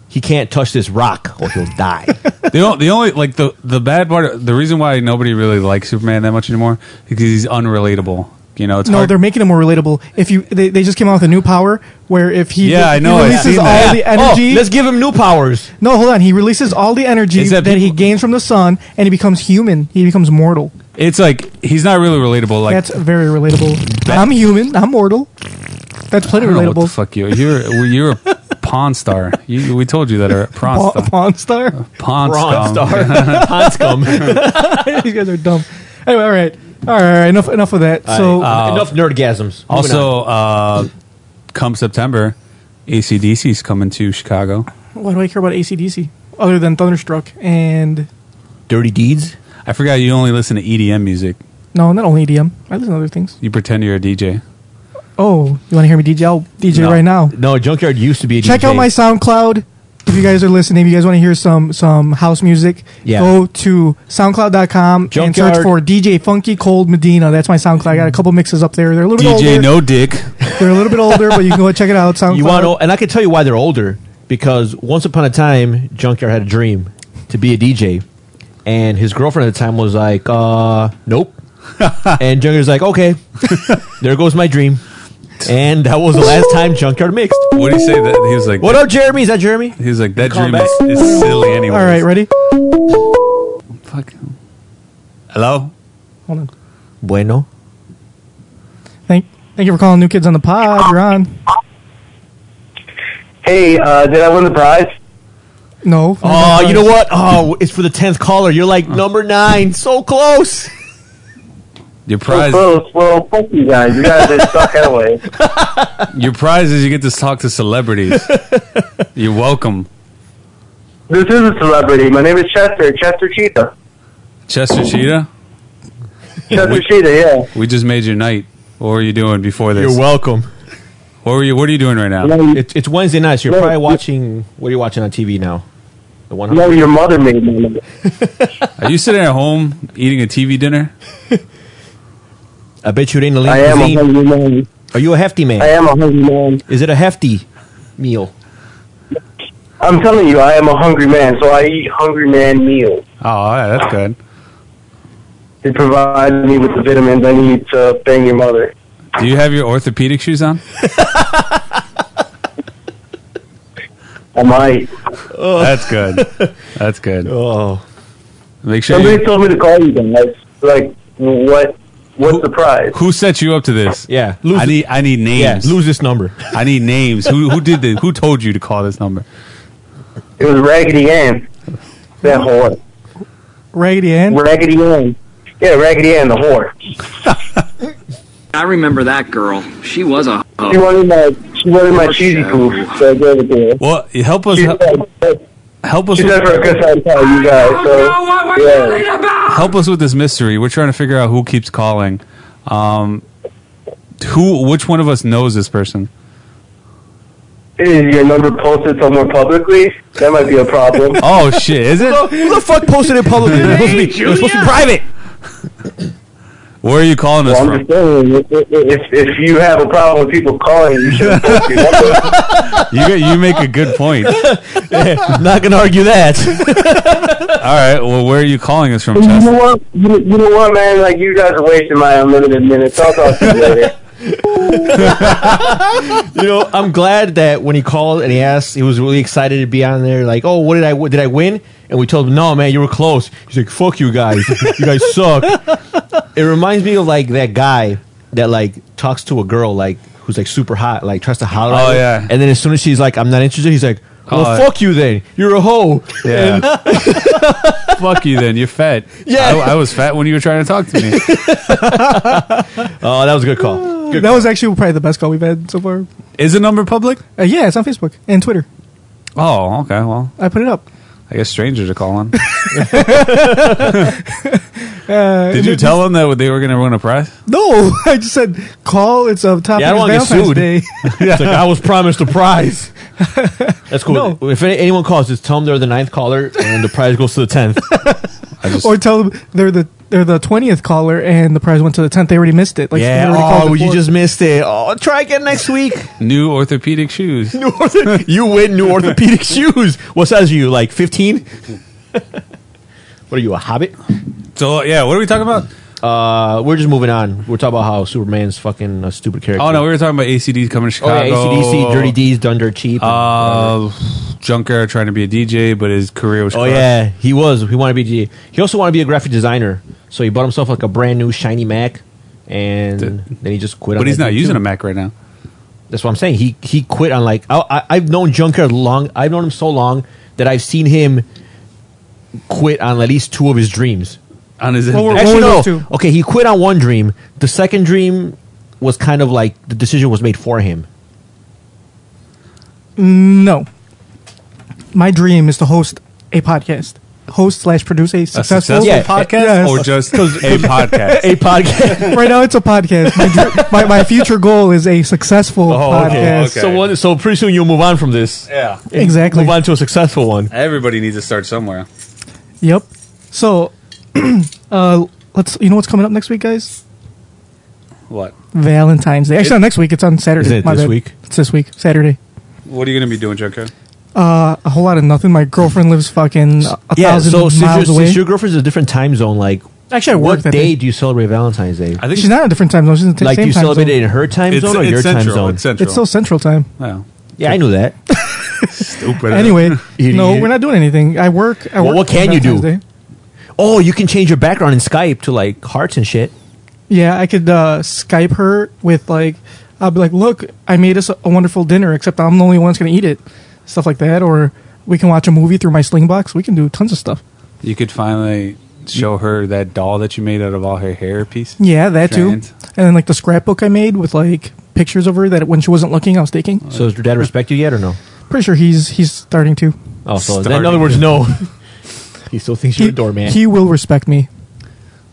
he can't touch this rock or he'll die.
the, o- the only like the the bad part, the reason why nobody really likes Superman that much anymore because he's unrelatable. You know, it's
No,
hard.
they're making it more relatable. If you, they, they just came out with a new power where if he,
Yeah, I
if
know,
he
I've
releases
seen
all
that.
the energy.
Oh, let's give him new powers.
no, hold on. He releases all the energy
Is
that,
that
he
people-
gains from the sun, and he becomes human. He becomes mortal.
it's like he's not really relatable. Like
That's very relatable. I'm human. I'm mortal. That's plenty
I don't know what the
relatable.
fuck you? You're well, you're a pawn star. You, we told you that. Or pawn
Pa-
star.
Pawn star.
Pawn
Bronze
star.
star. Ponscum.
These guys are dumb. Anyway, all right, all right, all right enough, enough of that. so,
uh,
Enough nerdgasms. Moving on.
Also, uh, come September, ACDC's coming to Chicago.
why do I care about ACDC other than Thunderstruck and
dirty deeds.
I forgot you only listen to EDM music.
no, not only EDM. I listen to other things.
You pretend you're a DJ.
Oh, you want to hear me DJ? I'll DJ
No.
right now.
No, Junkyard used to be. A
Check
DJ.
out my SoundCloud. If you guys are listening, if you guys want to hear some some house music,
Yeah.
go to soundcloud.com and
Junkyard.
search for DJ Funky Cold Medina. That's my SoundCloud. I got a couple mixes up there. They're a little bit
DJ
older.
No Dick.
They're a little bit older, but you can go check it out. SoundCloud.
You want, to, and I can tell you why they're older because once upon a time, Junkyard had a dream to be a DJ, and his girlfriend at the time was like, uh, "Nope," and Junkyard's like, "Okay, there goes my dream," and that was the last time Junkyard mixed.
What do you say that he was like?
What up, Jeremy? Is that Jeremy?
He was like that
Call
dream
back.
is, is silly anyway.
All right, ready?
Fuck. Hello.
Hold on.
Bueno.
Thank thank you for calling New Kids on the Pod. You're on.
Hey, uh, did I win the prize?
No.
Oh, you know what? Oh, it's for the tenth caller. You're like number nine, so close.
Your
So
prize.
close. Well, fuck you guys. You guys are stuck anyway.
Your prize is you get to talk to celebrities. You're welcome.
This is a celebrity. My name is Chester. Chester Cheetah.
Chester Cheetah,
Chester
we-
Cheetah. Yeah.
we just made your night. What were you doing before this?
You're welcome.
what were you? What are you doing right now?
No, you-
It's, it's Wednesday night, so you're
No,
probably
you-
watching. What are you watching on TV now? The one.
no, your mother made me.
Are you sitting at home eating a TV dinner?
I bet you it ain't a lean
I am a
cuisine.
hungry man.
Are you a hefty man?
I am a hungry man.
Is it a hefty meal?
I'm telling you, I am a hungry man. So I eat hungry man meals.
Oh, all right, that's good.
They provide me with the vitamins I need to bang your mother.
Do you have your orthopedic shoes on?
I might.
That's good. That's good.
Oh,
Make sure.
Somebody
You,
told me to call you guys. Like, what? What's the prize?
who set you up to this?
yeah.
I need. I need
yeah,
names.
lose this number.
I need names. Who who did this? Who told you to call this number?
It was Raggedy Ann. That whore.
Raggedy Ann.
Raggedy Ann. Yeah, Raggedy Ann, the whore.
I remember that girl. She was a
She
hoe.
wanted my she wanted my cheesy poop, so I gave it to her.
Well, help us.
She
Help,
said,
help us.
she said for a good
With,
time call you guys, so yeah.
help us with this mystery. We're trying to figure out who keeps calling. Um, who? Which one of us knows this person?
Is your number posted somewhere publicly? That might be a problem.
Oh shit! Is it?
Who the fuck posted it publicly? It was supposed to be, it was supposed to be private.
Where are you calling us
Well,
from?
I'm just saying, if, if, if you have a problem with people calling, you should post your number.
You get- you make a good point. All
Not gonna argue that.
right. Well, where are you calling us from,
You know
Chester?
what? You, you know what, man? Like you guys are wasting my unlimited minutes. I'll talk to you later.
you know, I'm glad that when he called and he asked, he was really excited to be on there. Like, oh, what did I did I win? And we told him, no, man, you were close. He's like, fuck you guys, you guys suck. It reminds me of like that guy that like talks to a girl like who's like super hot, like tries to holler. at
Oh,
her.
yeah.
And then as soon as she's like, I'm not interested, he's like, well,
Oh,
fuck you then, you're a hoe.
Yeah. Fuck you then. You're fat.
Yeah.
I, I was fat when you were trying to talk to me.
Oh, that was a good call. Good
That was actually probably the best call we've had so far.
Is the number public?
Uh, yeah, it's on Facebook and Twitter.
Oh, okay. Well,
I put it up.
I guess strangers are calling. Did you tell them that they were going to win a prize?
No, I just said call. It's a topic.
Yeah, I
of
don't wanna get
Valentine's
sued.
Day.
It's like I was promised a prize. That's cool.
No.
If any, anyone calls, just tell them they're the ninth caller, and the prize goes to the tenth.
I just,
or tell them they're the or the twentieth caller, and the prize went to the tenth. They already missed it. Like
yeah.
they already called
Oh,
it
you
fourth.
just missed it. Oh, try again next week.
New orthopedic shoes.
New ortho- you win new orthopedic shoes. What size are you? Like 15? what are you, a hobbit?
So yeah, what are we talking about?
Uh, we're just moving on. We're talking about how Superman's fucking a stupid character.
Oh no, we were talking about ACD coming to
Oh, yeah,
Chicago.
ACDC, Dirty D's, Done Dirt Cheap.
Uh, Junker trying to be a DJ, but his career was.
oh,
crushed.
yeah. He was. He wanted to be DJ. He also wanted to be a graphic designer. So he bought himself like a brand new shiny Mac. And
Dude.
then he just quit. on
but he's
that
not
thing,
using a
too.
Mac right now.
That's what I'm saying. He he quit on like I, I I've known Junker long. I've known him so long that I've seen him quit on at least two of his dreams.
On his
Well, we're-
Actually,
were
no.
those two?
Okay, he quit on one dream. The second dream was kind of like the decision was made for him.
No. My dream is to host a podcast. Host slash produce a
a
successful,
successful
Yeah.
podcast
Yes.
or just a podcast.
A podcast.
right now it's a podcast. My, dr- my, my future goal is a successful
Oh,
podcast.
okay.
So one, so pretty soon you'll move on from this.
yeah,
and
Exactly.
Move on to a successful one.
everybody needs to start somewhere.
Yep. So, uh, let's. You know what's coming up next week, guys?
What?
Valentine's Day. Actually, not next week. It's on Saturday.
Is it
My
this
bad.
week?
It's this week, Saturday.
What are you going to be doing, Joker?
uh, A whole lot of nothing. My girlfriend lives fucking a a
Yeah.
thousand
So since, your-
miles away.
since your girlfriend's in a different time zone, like
Actually, I work
what
that day.
day do you celebrate Valentine's Day?
I think
She's not in a different time zone. She's in the
Like
same
you
time
celebrate
zone.
it in her time
it's,
zone or
it's
your
central.
time zone?
It's central.
It's so central time.
Wow.
yeah, I knew that.
Stupid.
Anyway,
Idiot.
no, we're not doing anything. I work. I
Well,
work
what
on
can you do?
Valentine's Day.
Oh, you can change your background in Skype to like hearts and shit.
Yeah, I could uh, Skype her with like, I'll be like, look, I made us a, a wonderful dinner, except I'm the only one that's gonna eat it, stuff like that. Or we can watch a movie through my sling box. We can do tons of stuff.
You could finally show her that doll that you made out of all her hair pieces.
Yeah, that
Giant.
too. And then like the scrapbook I made with like pictures of her that when she wasn't looking, I was taking.
So does your dad respect you yet or no?
Pretty sure he's he's starting to.
Oh, so
Starting.
in other words, no. he still thinks you're
He,
a doorman.
he will respect me.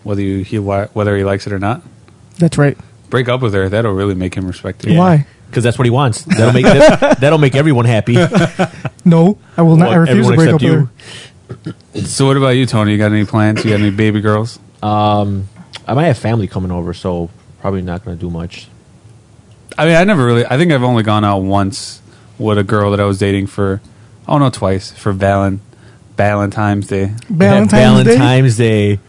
Whether you he, whether he likes it or not,
That's right.
break up with her. That'll really make him respect you.
Why?
Because that's what he wants. That'll make that, that'll make everyone happy.
No, I will not. I
Well,
refuse to
everyone
break up
except
with
you.
her.
So what about you, Tony? You got any plans? You got any baby girls?
I might have family coming over, so probably not going to do much.
I mean, I never really. I think I've only gone out once with a girl that I was dating for. Oh no, twice for Valen, Valentine's Day.
Valentine's, Day.
Valentine's Day.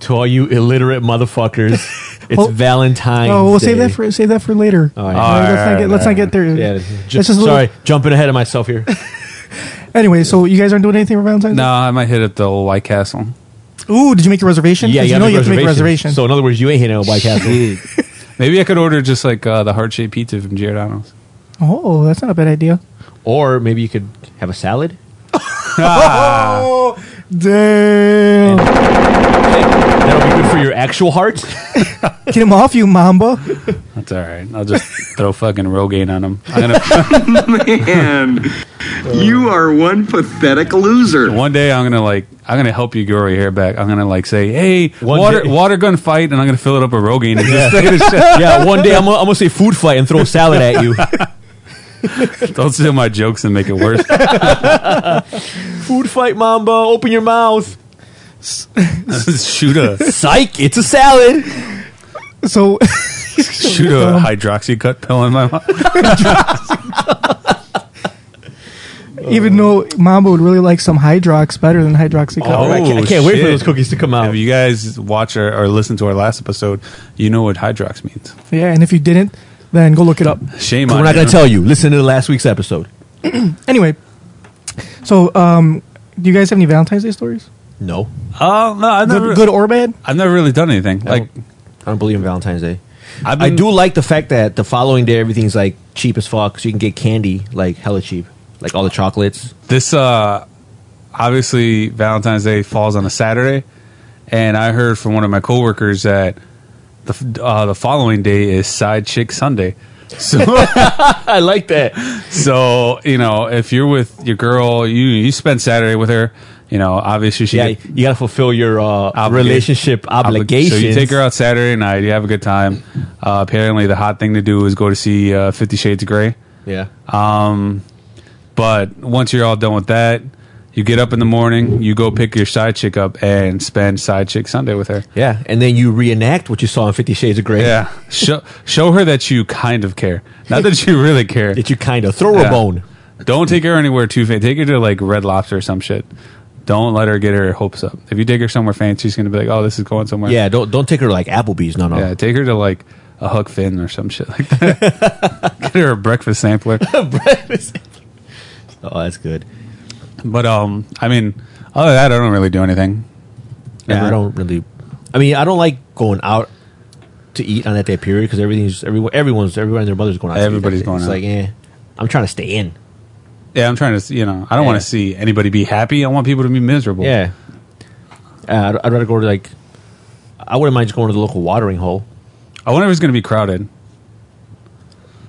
to all you illiterate motherfuckers. It's
Well-
Valentine's.
Oh, we'll
Day.
save that for save that for later.
All
Uh,
right.
let's not get let's not get there.
Yeah,
That's
just,
just a little-
sorry, jumping ahead of myself here.
Anyway, so you guys aren't doing anything for Valentine's
No, I might hit up the old White Castle.
Day? Ooh, did you make your reservation? 'Cause you, know you have to make reservations.
So in other words, you ain't hitting a White Castle.
Maybe I could order just like uh, the heart shaped pizza from Giordano's.
oh, that's not a bad idea.
or maybe you could have a salad. Ah.
Oh, Damn.
That'll be good for your actual heart.
Get him off you, Mamba.
That's all right. I'll just throw fucking Rogaine on them. I'm gonna,
Man, you are one pathetic loser.
one day I'm gonna like I'm gonna help you grow your hair back. I'm gonna like say, hey,
One
water
day-
water gun fight, and I'm gonna fill it up with Rogaine. And just
yeah, one day I'm, gonna- I'm gonna say food fight and throw salad at you.
don't steal my jokes and make it worse.
food fight, Mamba. Open your mouth.
shoot a
Psych, it's a salad.
So
shoot a hydroxy cut pill in my mouth.
even though Mamba would really like some Hydrox better than Hydroxy
Oh, I
Cover.
can't- I can't wait for
shit.
those cookies to come out.
If you guys watch or, or listen to our last episode, you know what hydrox means.
Oh.
Yeah, and if you didn't, then go look it up.
Shame on
We're not
you.
gonna tell you. Listen to the last week's episode.
Anyway, so um, do you guys have any Valentine's Day stories?
No,
Oh no, I've never,
Good, good or bad?
I've never really done anything. Like
I don't believe in Valentine's Day.
I've
I
been-
do like the fact that the following day everything's like cheap as fuck, so you can get candy like hella cheap, like all the chocolates.
this uh obviously valentine's day falls on a saturday and i heard from one of my coworkers that the f- uh, the following day is side chick sunday so
I like that.
so you know if you're with your girl you you spend saturday with her you know obviously she
Yeah,
get-
you gotta fulfill your uh,
Obliga-
relationship
obligation.
obligations.
So you take her out Saturday night, you have a good time. Uh, apparently, the hot thing to do is go to see uh, Fifty Shades of Grey.
Yeah,
But once you're all done with that, You get up in the morning, you go pick your side chick up, and spend side chick Sunday with her.
Yeah, and then you reenact what you saw in Fifty Shades of Grey.
Yeah, show show her that you kind of care, not that you really care.
that you kind of throw
Yeah.
a bone.
Don't take her anywhere too fancy. Take her to like Red Lobster or some shit. Don't let her get her hopes up. If you take her somewhere fancy, she's gonna be like, "Oh, this is going somewhere."
Yeah, don't don't take her like Applebee's. No, no.
yeah. Take her to like a Huck Finn or some shit like that. get her a breakfast sampler.
Oh, that's good.
But um, I mean, other than that, I don't really do anything.
Yeah,
Never.
I don't really. I mean, I don't like going out to eat on that day period because everything's everyone everyone's everyone and their mother's going out. to eat that
Everybody's
day.
going
it's
out.
Like, eh, I'm trying to stay in.
Yeah, I'm trying to. s- You know, I don't
Yeah.
want to see anybody be happy. I want people to be miserable.
Yeah, uh, I'd, I'd rather go to like. I wouldn't mind just going to the local watering hole.
I wonder if it's gonna be crowded.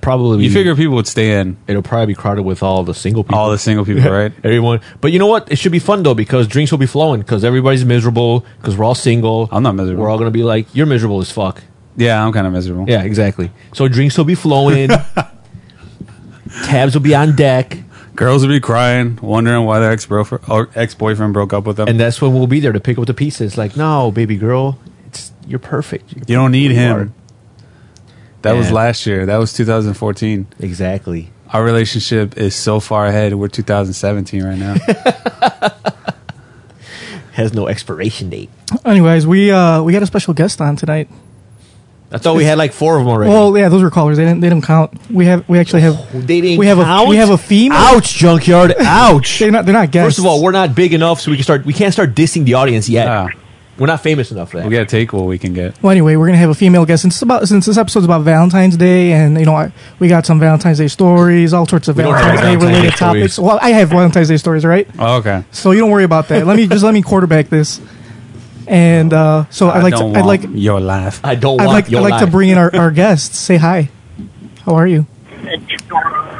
Probably
You figure people would stay in
it'll probably be crowded with all the single Mm. people.
all the single people, right?
Everyone, but you know what? It should be fun though because drinks will be flowing because everybody's miserable because we're all single.
I'm not miserable.
We're all gonna be like, "You're miserable as fuck."
Yeah, I'm kind of miserable.
Yeah, exactly. So drinks will be flowing. Tabs will be on deck,
Girls would be crying, wondering why their ex ex boyfriend broke up with them.
and that's when we'll be there to pick up the pieces. Like, no, baby girl, it's you're perfect. You're
you don't need
You
him.
are.
That was
Yeah.
last year. That was 2014.
exactly.
Our relationship is so far ahead. We're 2017 right now.
Has no expiration date.
Anyways, we uh we got a special guest on tonight.
I thought we had like four of them already.
Well, yeah, those were callers. They didn't they didn't count. We have we actually have
they didn't
we have
count?
a we have a female.
Ouch, junkyard. Ouch.
They're not they're not guests.
First of all, we're not big enough, so we can start. We can't start dissing the audience yet.
Ah.
We're not famous enough for that.
we got to take what we can get.
Well, anyway, we're gonna have a female guest since it's about since this episode's about Valentine's Day, and you know I, we got some Valentine's Day stories, all sorts of
don't have
Valentine's Day
Valentine's
related
Day
topics.
stories.
Well, I have Valentine's Day stories, all right?
Oh, okay.
So you don't worry about that. Let me just let me quarterback this, and uh, so I'd like to,
don't
I'd like
want your life.
I don't
I'd
want
like I'd
your
like to
life.
bring in our, our guests. Say hi. How are you?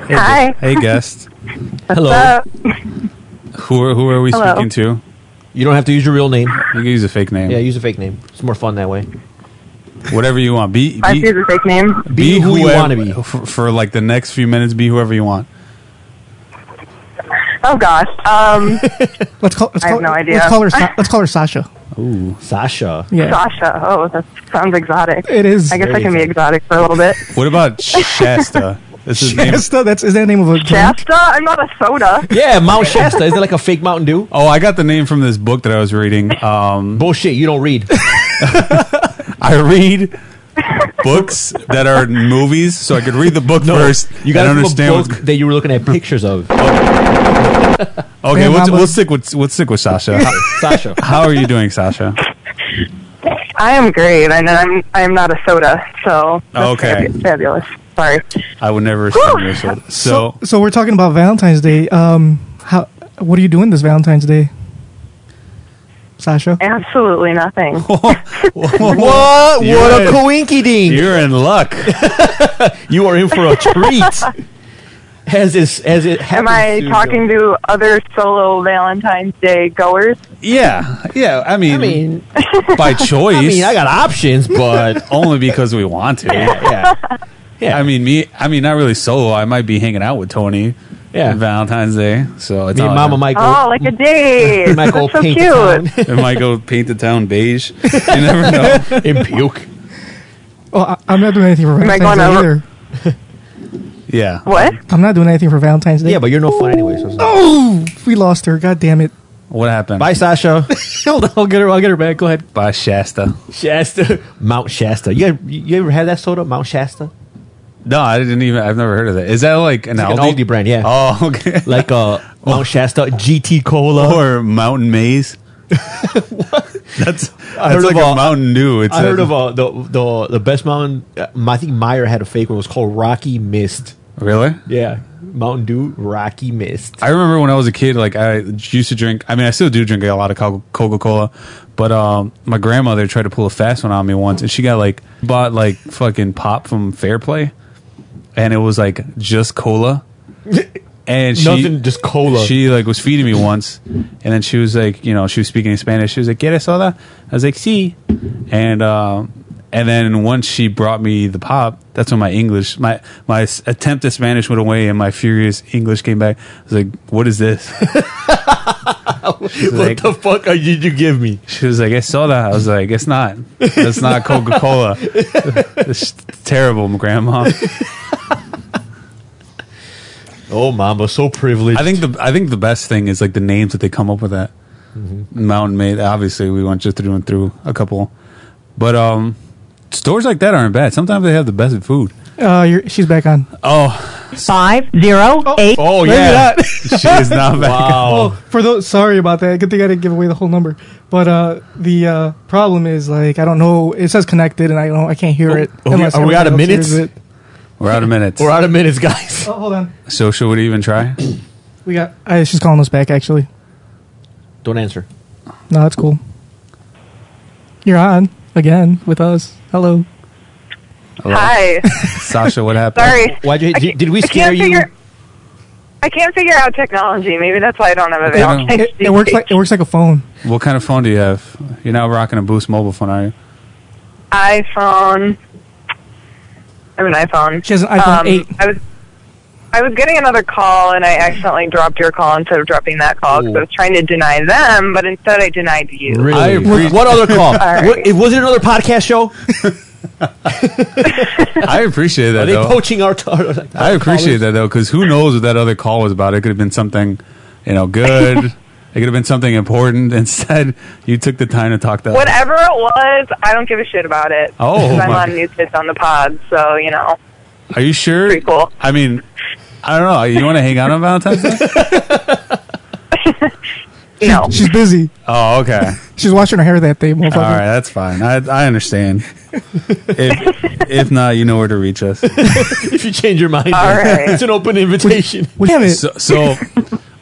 Hi.
Hey, guest.
Hello.
Uh,
Who are, who are we
Hello.
speaking to? You
You don't have to use your real name.
can use a fake name.
Yeah, use a fake name. It's more fun that way.
Whatever you want. Be,
I
be,
choose a fake name.
Be who you
whoever-
want to be.
For, for like the next few minutes, be whoever you want.
Oh gosh. Um,
Let's call. Let's
I have
call
no idea.
Let's call her. Sa- let's call her Sasha.
Sasha.
Yeah.
Sasha. Oh, that sounds exotic.
It is.
I guess I
Very
can be exotic for a little bit.
What about Shasta? This is name.
Shasta. That's is that the name of a drink?
Shasta? I'm not a soda.
Yeah, Mount Shasta. Is it like a fake Mountain Dew?
Oh, I got the name from this book that I was reading. Um,
Bullshit. You don't read.
I read books that are movies, so I could read the book first.
You got to
and understand.
understand a book
what's-
that you were looking at pictures of.
okay,
Man,
we'll,
Mamba.
we'll stick with we'll stick with Sasha.
Sasha.
How are you doing, Sasha?
I am great, and I'm I'm not a soda, so that's
Okay.
fabu- fabulous. Sorry.
I would never assume this. So, so
so we're talking about Valentine's Day. Um, how? What are you doing this Valentine's Day,
Eh?
Sasha?
Absolutely nothing.
What?
You're
what
in.
a coinky ding!
you're in luck.
You are in for a treat. Has this? Has it?
Am
happened
I
to you?
talking to other solo Valentine's Day goers?
Yeah, yeah. I mean,
I mean,
by choice.
I mean, I got options, but
only because we want to.
yeah, yeah.
I mean, me. I mean, not really solo. I might be hanging out with Tony.
Yeah.
on Valentine's Day. So it's
me and
all
Mama
good.
might
Oh,
go.
like a date.
might
That's
go
so
paint
cute.
the
It might go paint the town beige. You never know.
town in puke.
Oh, I, I'm not doing anything for
I
Valentine's
going
Day
to-
either.
Yeah.
What?
I'm not doing anything for Valentine's Day.
Yeah, but you're no fun anyway. So it's not-
oh, we lost her. God damn it!
What happened?
Bye, Sasha.
Hold on, I'll get her. I'll get her back. Go ahead.
Bye, Shasta.
Shasta, Mount Shasta. You, ever- you ever had that soda, Mount Shasta?
No, I didn't even. I've never heard of that. Is that like an,
Like an
Aldi?
Aldi brand, yeah.
Oh, okay.
Like uh, Mount Shasta GT Cola.
or Mountain Maze. That's I
heard
like
of
a
a-
Mountain Dew. It's
I heard
a,
of uh, the the the best mountain. Uh, I think Meyer had a fake one. It was called Rocky Mist.
really.
Yeah, Mountain Dew Rocky Mist.
I remember when I was a kid, like I used to drink. I mean, I still do drink a lot of Coca Cola, but um, my grandmother tried to pull a fast one on me once, and she got like bought like fucking pop from Fairplay, and it was like just cola, and she
Nothing, just cola.
She like was feeding me once, and then she was like, you know, she was speaking in Spanish. She was like, "Get soda?" I was like, "Sí," and um, And then once she brought me the pop, that's when my English, my my s- attempt at Spanish went away, and my furious English came back. I was like, "What is this?"
what the fuck are, did you give me?
She was like, "It's soda." I was like, "It's not. It's not Coca Cola. it's terrible, Grandma."
oh, Mamba, so privileged.
I think the I think the best thing is like the names that they come up with. That
Mm-hmm.
Mountain Maid. Obviously, we went just through and through a couple, but um, stores like that aren't bad. Sometimes they have the best food.
Uh, you're, she's back on.
Oh,
Five zero eight.
Oh, yeah. She is not back
Oh,
Wow. on.
Oh.
for those, sorry about that. Good thing I didn't give away the whole number. But uh, the uh, problem is like I don't know. It says connected, and I don't. I can't hear it.
Oh, are we-
unless
are we out of
everybody else hears
minutes?
it.
we're out of minutes.
We're out of minutes, guys.
Oh, hold on.
So should we even try?
We got. I, she's calling us back. Actually,
Don't answer.
no, that's cool. You're on again with us. Hello.
Hi.
Sasha. What happened?
Sorry.
Why'd you,
I
did, did we
I can't
scare you?
figure- I can't figure out technology. Maybe that's why I don't have a
Okay,
valid
no.
It, it works like it works like a phone.
What kind of phone do you have? You're not rocking a Boost mobile phone, are you?
iPhone. I have an iPhone.
She has an iPhone
Um,
8.
I was I was getting another call and I accidentally dropped your call instead of dropping that call because I was trying to deny them, but instead I denied you.
I
appreciate-
what other call?
All right.
What- it- was it another podcast show?
I appreciate
Are
that
they
though.
poaching our? our- our
I appreciate
callers?
that though, because who knows what that other call was about? It could have been something, you know, good. it could have been something important. Instead, you took the time to talk that.
Whatever it was, I don't give a shit about it.
Oh,
Because I'm
my-
on new kids on the pod, so you know.
Are you sure? Pretty
cool.
I mean, I don't know. You want to hang out on Valentine's Day?
No.
She's busy.
Oh, okay.
She's washing her hair that day.
All
Motherfucker.
right, that's fine. I I understand. If if not, you know where to reach us.
if you change your mind,
All right.
it's an open invitation.
Damn it.
So, so all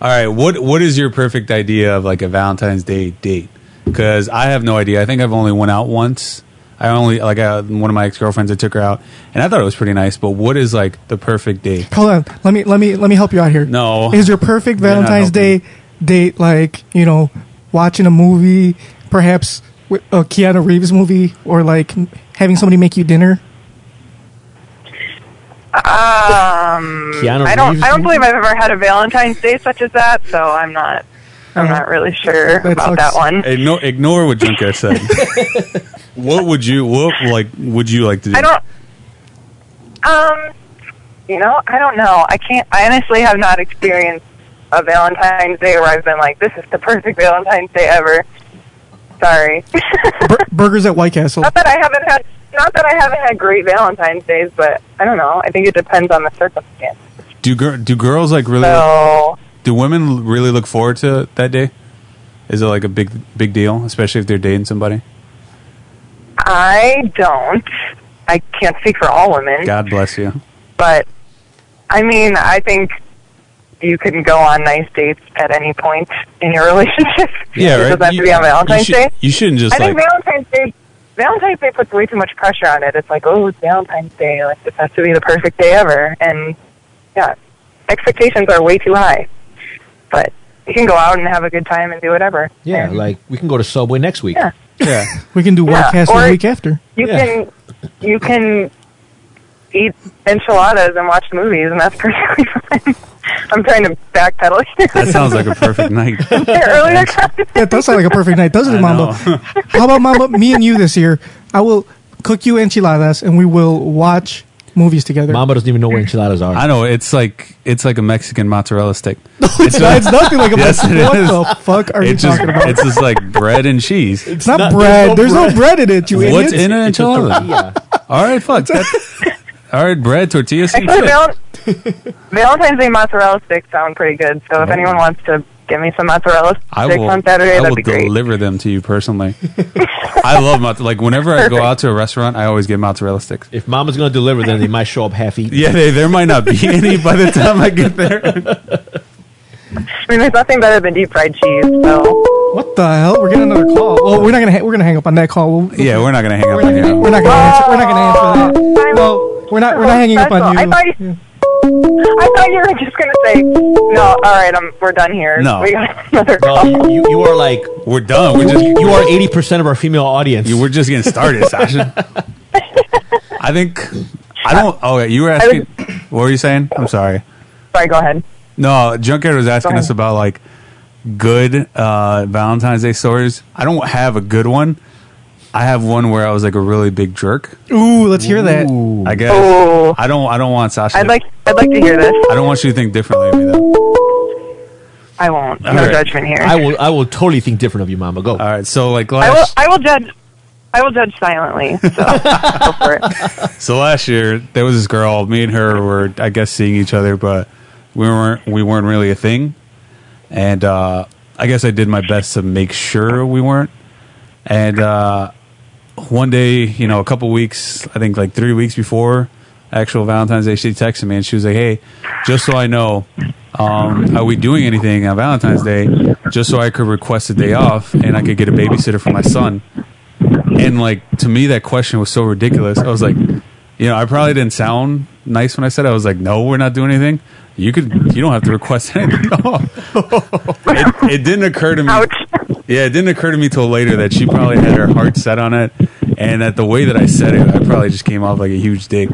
right, what what is your perfect idea of like a Valentine's Day date? Because I have no idea. I think I've only went out once. I only like I, one of my ex girlfriends. I took her out, and I thought it was pretty nice. But what is like the perfect date?
Hold on. Let me let me let me help you out here.
No.
Is your perfect
You're not
Valentine's Day
helping.
date like you know watching a movie, perhaps wi- a Keanu Reeves movie, or like m- having somebody make you dinner?
Um,
Keanu
I don't.
Reeves
I don't
movie?
believe I've ever had a Valentine's Day such as that, so I'm not. I'm
Uh,
not really sure
that
about
sucks.
that one.
Ignore, ignore what Junker said. what would you what like would you like to do?
I don't. Um, you know, I don't know. I can't. I honestly have not experienced a Valentine's Day where I've been like, "This is the perfect Valentine's Day ever." Sorry,
Bur- burgers at White Castle.
not that I haven't had. Not that I haven't had great Valentine's days, but I don't know. I think it depends on the circumstance.
do gir- do girls like really
So
do women really look forward to that day? Is it like a big big deal, especially if they're dating somebody?
I don't. I can't speak for all women.
God bless you.
but I mean, I think you can go on nice dates at any point in your relationship.
Yeah, right.
It doesn't have to be on Valentine's
you
Day.
You shouldn't just
I
like
think Valentine's Day. Valentine's Day puts way too much pressure on it. It's like, oh, it's Valentine's Day. Like this has to be the perfect day ever, and yeah, expectations are way too high. But you can go out and have a good time and do whatever.
Yeah,
And
like we can go to Subway next week.
Yeah.
yeah.
We can do White
Yeah,
Castle the
or-
week after.
you
Yeah.
can you can eat enchiladas and watch movies, and that's perfectly fine. I'm trying to backpedal here.
That sounds like a perfect night.
Your earlier comment.
That does sound like a perfect night, doesn't it,
I
Mamba?
know.
How about Mamba? Me and you this year. I will cook you enchiladas, and we will watch movies together.
Mama doesn't even know where enchiladas are.
I know it's like it's like a Mexican mozzarella stick.
it's, not, it's nothing like a
Yes, it
What
is.
the fuck are you
It's just
talking about?
it's just like bread and cheese.
It's not, bread. There's no bread. in it. You idiots.
What's in an
It's a
enchilada?
tortilla.
All right, fuck. That, all right, bread tortillas. some
Actually,
shit.
Val- Valentine's Day mozzarella sticks sound pretty good. So if anyone wants to give me some mozzarella sticks
I will.
on Saturday,
I
that'd
will
be great.
deliver them to you personally. I love mozzarella. Like whenever I go
Perfect.
out to a restaurant, I always get mozzarella sticks.
If Mama's gonna deliver, then they might show up half eaten.
Yeah, they, there might not be any by the time I get there.
I mean, there's nothing better than deep fried cheese. So
What the hell? We're getting another call. Well, we're not gonna ha- we're gonna hang up on that call. We'll,
Yeah, we're not gonna hang up on you.
we're not gonna answer, we're not gonna answer that.
I'm
Well, we're not we're
Oh,
not hanging up on you.
I thought you, I thought you were just gonna say no. All right, I'm, we're done here.
No.
we got another
No,
call.
you, you- you are like
We're done. We're just
you are eighty percent of our female audience.
You- We're just getting started, Sasha. I think I don't. Oh, you were asking. what were you saying? I'm sorry.
Sorry, go ahead.
No, Junkyard was asking
ahead.
us about like good uh, Valentine's Day stories. I don't have a good one. I have one where I was like a really big jerk.
Ooh, let's hear that.
I guess I don't. I don't want Sasha.
I'd Oh. like I'd like to hear this.
I don't want you to think differently of me though.
I won't. No
All right.
judgment here.
I will. I will totally think different of you, Mama. Go. All
right. So like
I will.
last,
I will judge. I will judge silently. So go for it.
so last year there was this girl. Me and her were I guess seeing each other, but we weren't. We weren't really a thing. And uh, I guess I did my best to make sure we weren't. And uh, one day, you know, a couple weeks, I think like three weeks before actual Valentine's Day, she texted me and she was like, "Hey, just so I know, um, are we doing anything on Valentine's Day? Just so I could request a day off and I could get a babysitter for my son." And like to me, that question was so ridiculous. I was like, you know, I probably didn't sound nice when I said it. I was like, "No, we're not doing anything." You could, you don't have to request anything. at all." it, it didn't occur to me. Yeah, it didn't occur to me till later that she probably had her heart set on it, and that the way that I said it, I probably just came off like a huge dick.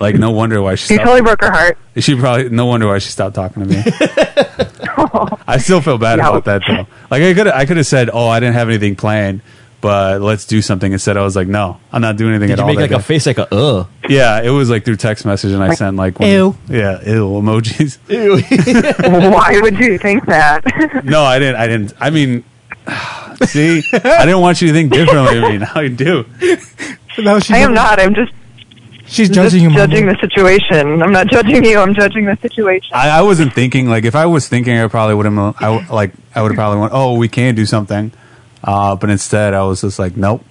Like no wonder why she
You
stopped.
totally broke her heart.
she probably no wonder why she stopped talking to me. I still feel bad about that though. Like I could I could have said, "Oh, I didn't have anything planned, but let's do something." Instead, I was like, "No, I'm not doing anything
Did
at
you
all."
make
that
like
day."
a face like a uh?
Yeah, it was like through text message, and I sent like one-
Ew.
yeah, ew emojis.
Why would you think that?
No, I didn't. I didn't. I mean, see, I didn't want you to think differently of me. Now I do.
I am not. I'm just.
She's
judging you. Judging the situation. I'm not judging you. I'm judging the situation.
I, I wasn't thinking like if I was thinking, I probably would have. I w- like I would have probably went, "Oh, we can do something," uh, but instead, I was just like, "Nope,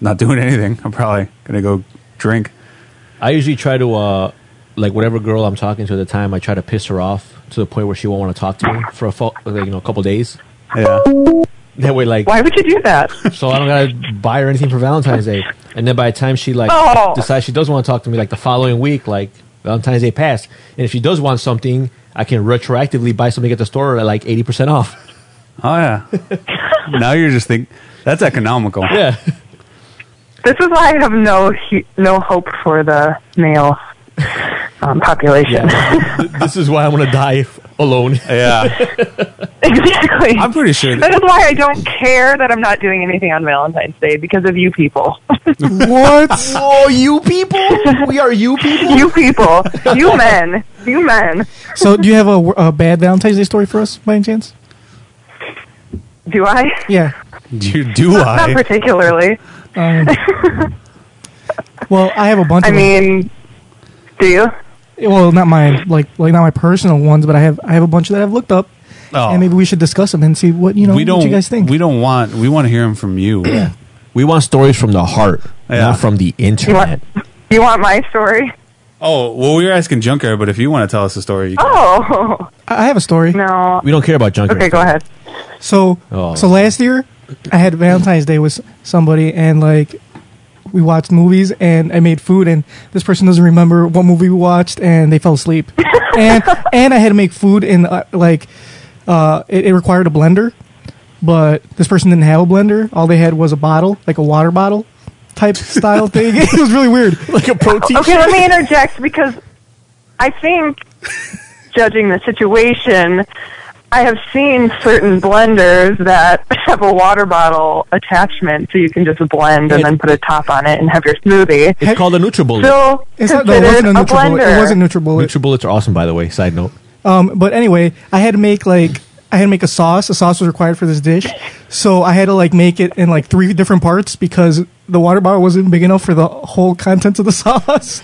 not doing anything. I'm probably gonna go drink."
I usually try to uh, like whatever girl I'm talking to at the time, I try to piss her off to the point where she won't want to talk to me for a fo- like, you know a couple days.
Yeah.
That way, like,
why would you do that?
So I don't gotta buy her anything for Valentine's Day, and then by the time she like
Oh.
decides she does want to talk to me, like the following week, like Valentine's Day passed, and if she does want something, I can retroactively buy something at the store at like eighty percent off.
Oh yeah. now you're just think that's economical.
Yeah.
This is why I have no hu- no hope for the male um, population.
this is why I'm gonna die f- alone.
Yeah.
exactly.
I'm
pretty sure.
That is why I don't care that I'm not doing anything on Valentine's Day because of you people.
what?
Oh, you people? We are you people?
you people. You men. You men.
So, do you have a, a bad Valentine's Day story for us, by any chance?
Do I?
Yeah.
Do, do
Not
I?
particularly.
Um, well, I have a bunch.
I
of them.
mean, do you?
well, not my like like not my personal ones, but I have I have a bunch that I've looked up,
Oh.
and maybe we should discuss them and see what you know.
we don't.
what you guys think?
We don't want. We want to hear them from you.
We want stories from the heart, not from the internet.
You want my story?
Oh well, we were asking Junker, but if you want to tell us a story, you can.
Oh
I I have a story.
no.
We don't care about junk.
Okay, go ahead.
So
Oh.
so last year, I had Valentine's Day with s- somebody, and like we watched movies, and I made food, and this person doesn't remember what movie we watched, and they fell asleep, and and I had to make food, and uh, like uh, it, it required a blender, but this person didn't have a blender. All they had was a bottle, like a water bottle type style thing. It was really weird.
like a protein.
Okay, let me interject because I think, judging the situation, I have seen certain blenders that have a water bottle attachment, so you can just blend and then put a top on it and have your smoothie.
It's called a NutriBullet.
Still
It's not, no, it
considered
wasn't a
a
NutriBullet.
blender.
It wasn't NutriBullet.
NutriBullets are awesome, by the way. Side note.
Um, but anyway, I had to make like I had to make a sauce. A sauce was required for this dish, so I had to like make it in like three different parts because the water bottle wasn't big enough for the whole contents of the sauce.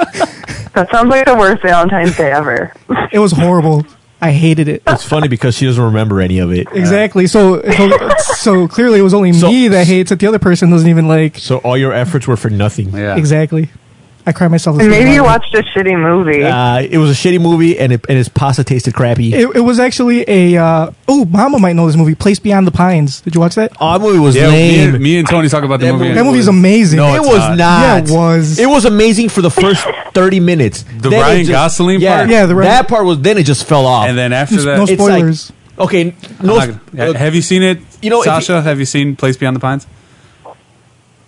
that sounds like the worst Valentine's Day ever.
It was horrible. I hated it.
It's funny because she doesn't remember any of it.
Exactly. So so, so clearly it was only
So-
me that hates it. The other person doesn't even like.
So all your efforts were for nothing.
Yeah.
Exactly. I cry myself. to
And
sleep
maybe you
about
watched a shitty movie.
Uh, it was a shitty movie, and it, and its pasta tasted crappy.
It, It, it was actually a uh, oh, Mama might know this movie, Place Beyond the Pines. Did you watch that?
oh, that movie was
Yeah, me
lame.
and, me and Tony talk about the
That
movie.
movie-
That movie's amazing.
No,
it
it's
was
not.
not.
Yeah, it was.
It was amazing for the first thirty minutes.
The
it
Ryan Gosling
yeah,
part?
Yeah, the Ryan-
that part was. Then it just fell off.
And then after that,
no
it's like-
spoilers.
okay, no,
I'm not gonna- have you seen it,
You know, if
Sasha? have you seen Place Beyond the Pines?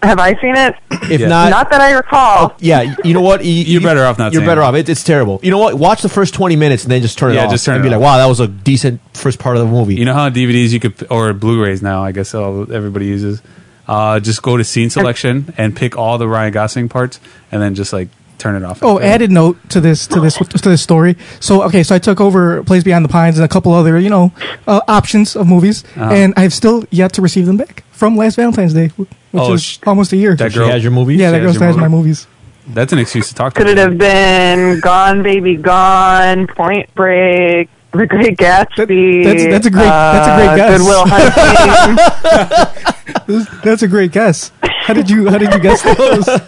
Have I seen it?
If not- Oh,
not that I recall.
Yeah, you know what? You, are better off
not
You're
saying
better
it.
off. It, it's terrible. You know what? Watch the first 20 minutes and then just turn it
Yeah,
off.
just turn
and
it
be
off.
like, wow, that was a decent first part of the movie.
You know how DVDs you could or Blu-rays now, I guess all, everybody uses. Uh, just go to scene selection and pick all the Ryan Gosling parts, and then just like turn it off.
Oh, added note to this to this to this story. So okay, so I took over Place Beyond the Pines and a couple other you know uh, options of movies,
Uh-huh.
and I've still yet to receive them back from last Valentine's Day, wh- which
Oh,
is
sh-
almost a year.
that girl- She has your movies?
Yeah, that
She
girl
has
has
your
my
movie?
movies.
That's an excuse to talk to. them.
Could it have been Gone Baby Gone, Point Break, The Great Gatsby?
That's that's a great that's a great
uh,
guess.
Goodwill Hunting.
That's- that's a great guess. How did you how did you guess those?
oh,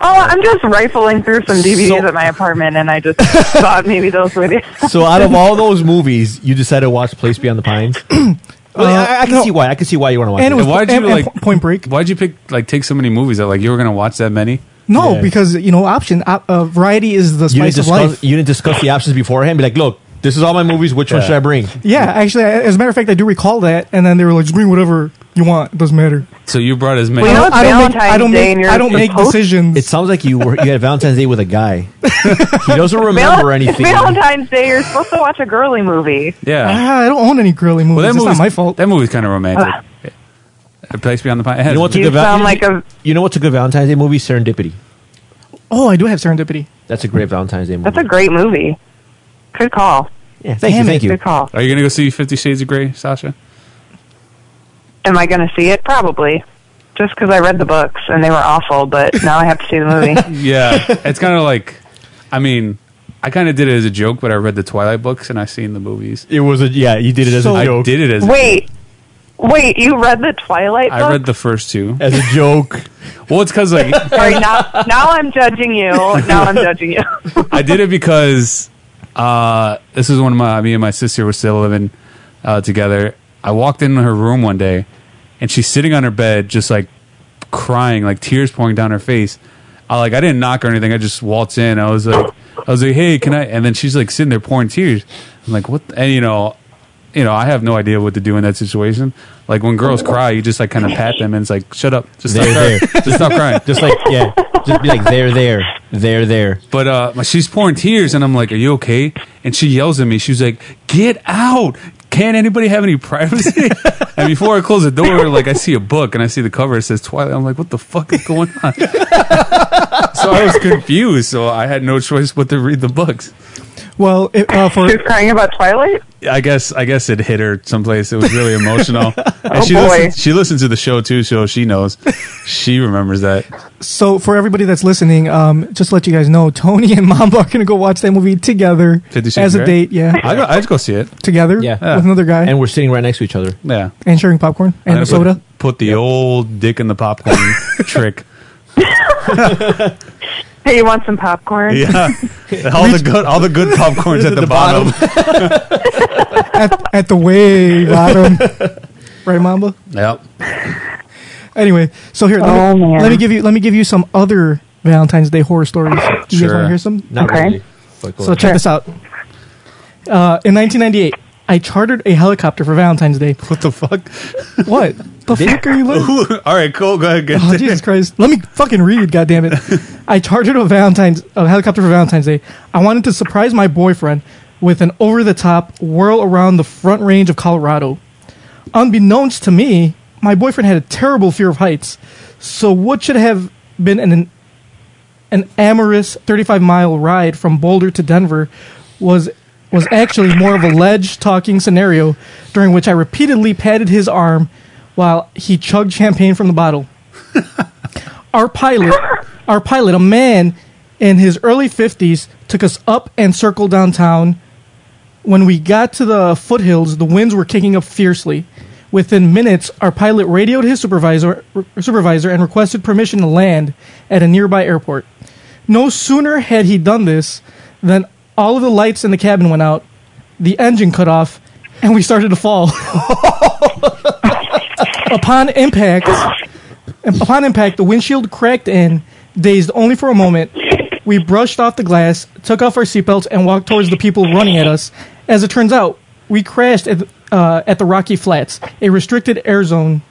I'm just rifling through some DVDs at my apartment, and I just thought maybe those were the.
so out of all those movies, you decided to watch Place Beyond the Pines? Well, I, I can see why. I can see why you want to watch
And it was-
why'd you
and- and
like
Po- Point Break?
Why'd you pick like take so many movies out? Like you were gonna watch that many?
No, because you know option uh, uh, variety is the
you didn't,
spice of life.
discuss, you didn't discuss the options beforehand. Be like, look, this is all my movies. Which one
Yeah.
should I bring?
Yeah, actually, I, as a matter of fact, I do recall that. And then they were like, "Just bring whatever you want. It doesn't matter."
So you brought as many.
Well, you know I don't make- I don't make- I don't make decisions.
It sounds like you were, you had Valentine's Day with a guy. he doesn't remember
It's
anything.
Valentine's Day. You're supposed to watch a girly movie.
yeah.
Ah, I don't own any girly movies.
Well, that
it's
movie's
not my fault. Ah.
That movie's kind of romantic. A place beyond the pine.
You know what's a good val- you- you know what's a good Valentine's Day movie? Serendipity.
Oh, I do have serendipity.
That's a great Valentine's Day movie.
That's a great movie. Good call.
Yeah, thank you,
Damn it,
thank you.
Good call.
Are you gonna go see Fifty Shades of Grey, Sasha?
Am I going to see it? Probably. Just because I read the books and they were awful, but now I have to see the movie.
Yeah, it's kind of like, I mean, I kind of did it as a joke, but I read the Twilight books and I seen the movies.
It was a yeah. You did it as
a joke. I did it as a
Wait. Wait, you read the Twilight
I
book?
read the first two
as a joke.
well, it's because like
Sorry, now, now I'm judging you. Now I'm judging you.
I did it because uh, this is when my me and my sister were still living uh, together. I walked into her room one day, and she's sitting on her bed, just like crying, like tears pouring down her face. I like I didn't knock or anything. I just waltzed in. I was like, I was like, hey, can I? And then she's like sitting there pouring tears. I'm like, what? And you know, you know, I have no idea what to do in that situation. Like when girls cry, you just like kind of pat them, and it's like, shut up, just stop
They're
crying,
there.
just stop crying,
Just like yeah, just be like they're there, they're there.
But uh, my- she's pouring tears, and I'm like, "Are you okay?" And she yells at me. She's like, "Get out! Can't anybody have any privacy?" and before I close the door, like I see a book and I see the cover. It says Twilight. I'm like, "What the fuck is going on?" so I was confused. So I had no choice but to read the books.
Well, it, uh, for
You're crying about Twilight?
I guess I guess it hit her someplace. It was really emotional. and she
boy.
listens, she listens to the show too, so she knows. She remembers that.
so for everybody that's listening, um, just to let you guys know, Tony and Mom are gonna go watch that movie together
Fifty Shades
as
of
a
Grey?
date. Yeah,
I go, I just go see it.
together
Yeah.
with another guy and,
And we're sitting right next to each other.
Yeah.
sharing popcorn
I'm
and
gonna
soda.
Put, put the old dick in the popcorn trick.
Hey, you want some popcorn?
Yeah, all the good, all the good popcorns at the, bottom.
at, at the way bottom, right, Mamba?
Yep.
Anyway, so here, let me,
Oh, man.
let me give you let me give you some other Valentine's Day horror stories. You guys
Sure.
want to hear some?
Not
Okay.
really. But go
So
ahead.
check this out. Uh, in 1998, I chartered a helicopter for Valentine's Day.
What the fuck?
What the fuck are you looking?
all right, cool. Go ahead. Get
Oh Jesus Christ! Let me fucking read. God damn it! I chartered a Valentine's a helicopter for Valentine's Day. I wanted to surprise my boyfriend with an over-the-top whirl around the Front Range of Colorado. Unbeknownst to me, my boyfriend had a terrible fear of heights. So what should have been an an amorous 35 mile ride from Boulder to Denver was was actually more of a ledge talking scenario during which I repeatedly patted his arm while he chugged champagne from the bottle. our pilot, our pilot, a man in his early 50s took us up and circled downtown. When we got to the foothills, the winds were kicking up fiercely. Within minutes, our pilot radioed his supervisor, supervisor and requested permission to land at a nearby airport. No sooner had he done this than all of the lights in the cabin went out, the engine cut off, and we started to fall. upon impact, upon impact, the windshield cracked in, dazed only for a moment. We brushed off the glass, took off our seatbelts, and walked towards the people running at us. As it turns out, we crashed at, uh, at the Rocky Flats, a restricted air zone.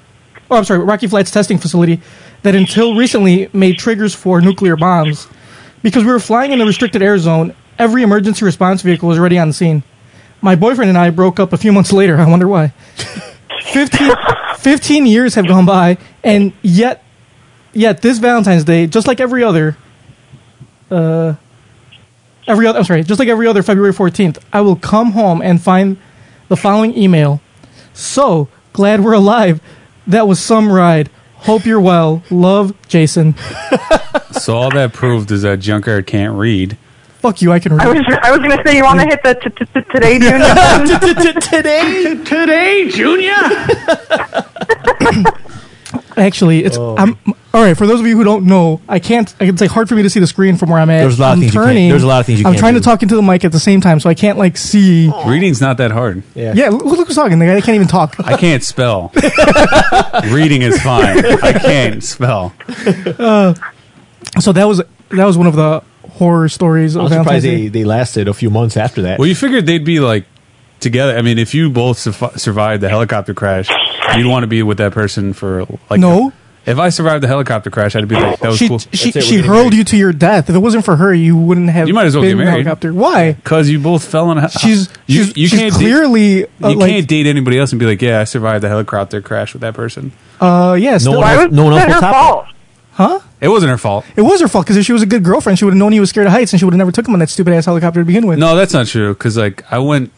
Oh, I'm sorry, Rocky Flats testing facility that until recently made triggers for nuclear bombs. Because we were flying in the restricted air zone, every emergency response vehicle was already on scene. My boyfriend and I broke up a few months later. I wonder why. 15, 15 years have gone by, and yet, yet this Valentine's Day, just like every other, uh, every other, I'm sorry, just like every other February 14th, I will come home and find the following email. So glad we're alive. That was some ride. Hope you're well. Love, Jason.
so all that proved is that Junkyard can't read.
Fuck you. I can read.
I was I was gonna say you want to hit the t- t- t- today junior.
today
today junior.
Actually, it's
Oh.
I'm all right. For those of you who don't know, I can't. I It's like hard for me to see the screen from where I'm at.
There's a lot of
I'm
things you can't- there's a lot of things you
I'm
can't
trying
do.
to talk into the mic at the same time, so I can't like see.
Reading's not that hard.
Yeah, look, look who's talking. The guy that can't even talk.
I can't spell. Reading is fine. I can't spell.
Uh, so that was that was one of the horror stories
I'm
of Valentine's
surprised they,
Day.
they lasted a few months after that.
Well, you figured they'd be like together. I mean, if you both su- survived the helicopter crash, you'd want to be with that person for like
No.
If I survived the helicopter crash, I'd be like, that was
She
cool.
she, she hurled you to your death. If it wasn't for her, you wouldn't have.
You might as well get
been in a
married.
Helicopter. Why?
Because you both fell in. A,
She's-
you,
she's-
you
she's
can't
clearly,
Date,
uh,
you
like-
can't date anybody else and be like, yeah, I survived the helicopter crash with that person.
Uh, yeah. still- Huh?
It wasn't her fault.
It was her fault because if she was a good girlfriend, she would have known he was scared of heights, and she would have never took him on that stupid ass helicopter to begin with.
No, that's not true. Because like I went.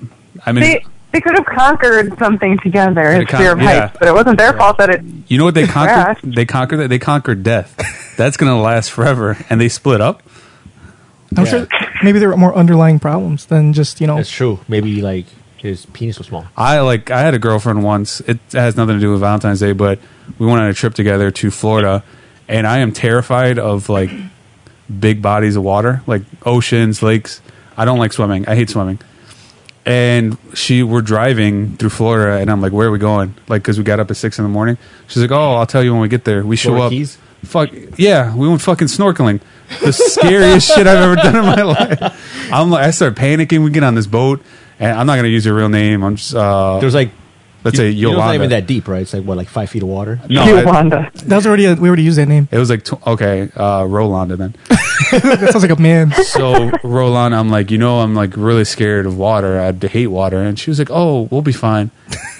I mean,
they they could have conquered something together in
Could've con-
fear of
yeah.
heights, but it wasn't their fault that it.
You know what they
Congrats.
conquered? They conquered that. They conquered death. That's gonna last forever. And they split up.
I'm sure maybe there were more underlying problems than just you know.
That's true. Maybe like his penis was small.
I like. I had a girlfriend once. It has nothing to do with Valentine's Day, but we went on a trip together to Florida, and I am terrified of like big bodies of water, like oceans, lakes. I don't like swimming. I hate swimming. And she, we're driving through Florida, and I'm like, "Where are we going?" Like, because we got up at six in the morning. She's like, "Oh, I'll tell you when we get there." We show
Florida
up.
Keys?
Fuck yeah, we went fucking snorkeling. The scariest shit I've ever done in my life. I'm like, I start panicking. We get on this boat, and I'm not gonna use her real name. I'm just uh,
There's like
let's
you-
say
you know, it's
Yolanda.
not even that deep, right? It's like what, like five feet of water.
No, I-
That was already a, we already used that name.
it was like tw- okay, uh, Rolanda then.
that sounds like a man.
so Roland, I'm like, you know, I'm like really scared of water. I hate water. And she was like, oh, we'll be fine.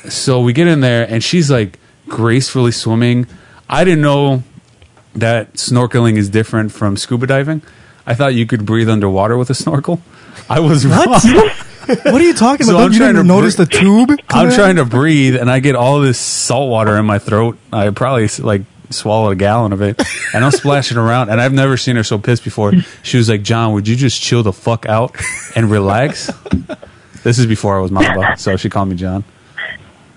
so we get in there, and she's like gracefully swimming. I didn't know that snorkeling is different from scuba diving. I thought you could breathe underwater with a snorkel. I was
What?
wrong.
what are you talking
So
about?
I'm
you
trying
didn't
to
notice
br-
the tube.
I'm trying to breathe, and I get all this salt water in my throat. I probably like swallowed a gallon of it, and I'm splashing around. And I've never seen her so pissed before. She was like, "John, would you just chill the fuck out and relax?" this is before I was Mamba, so she called me John.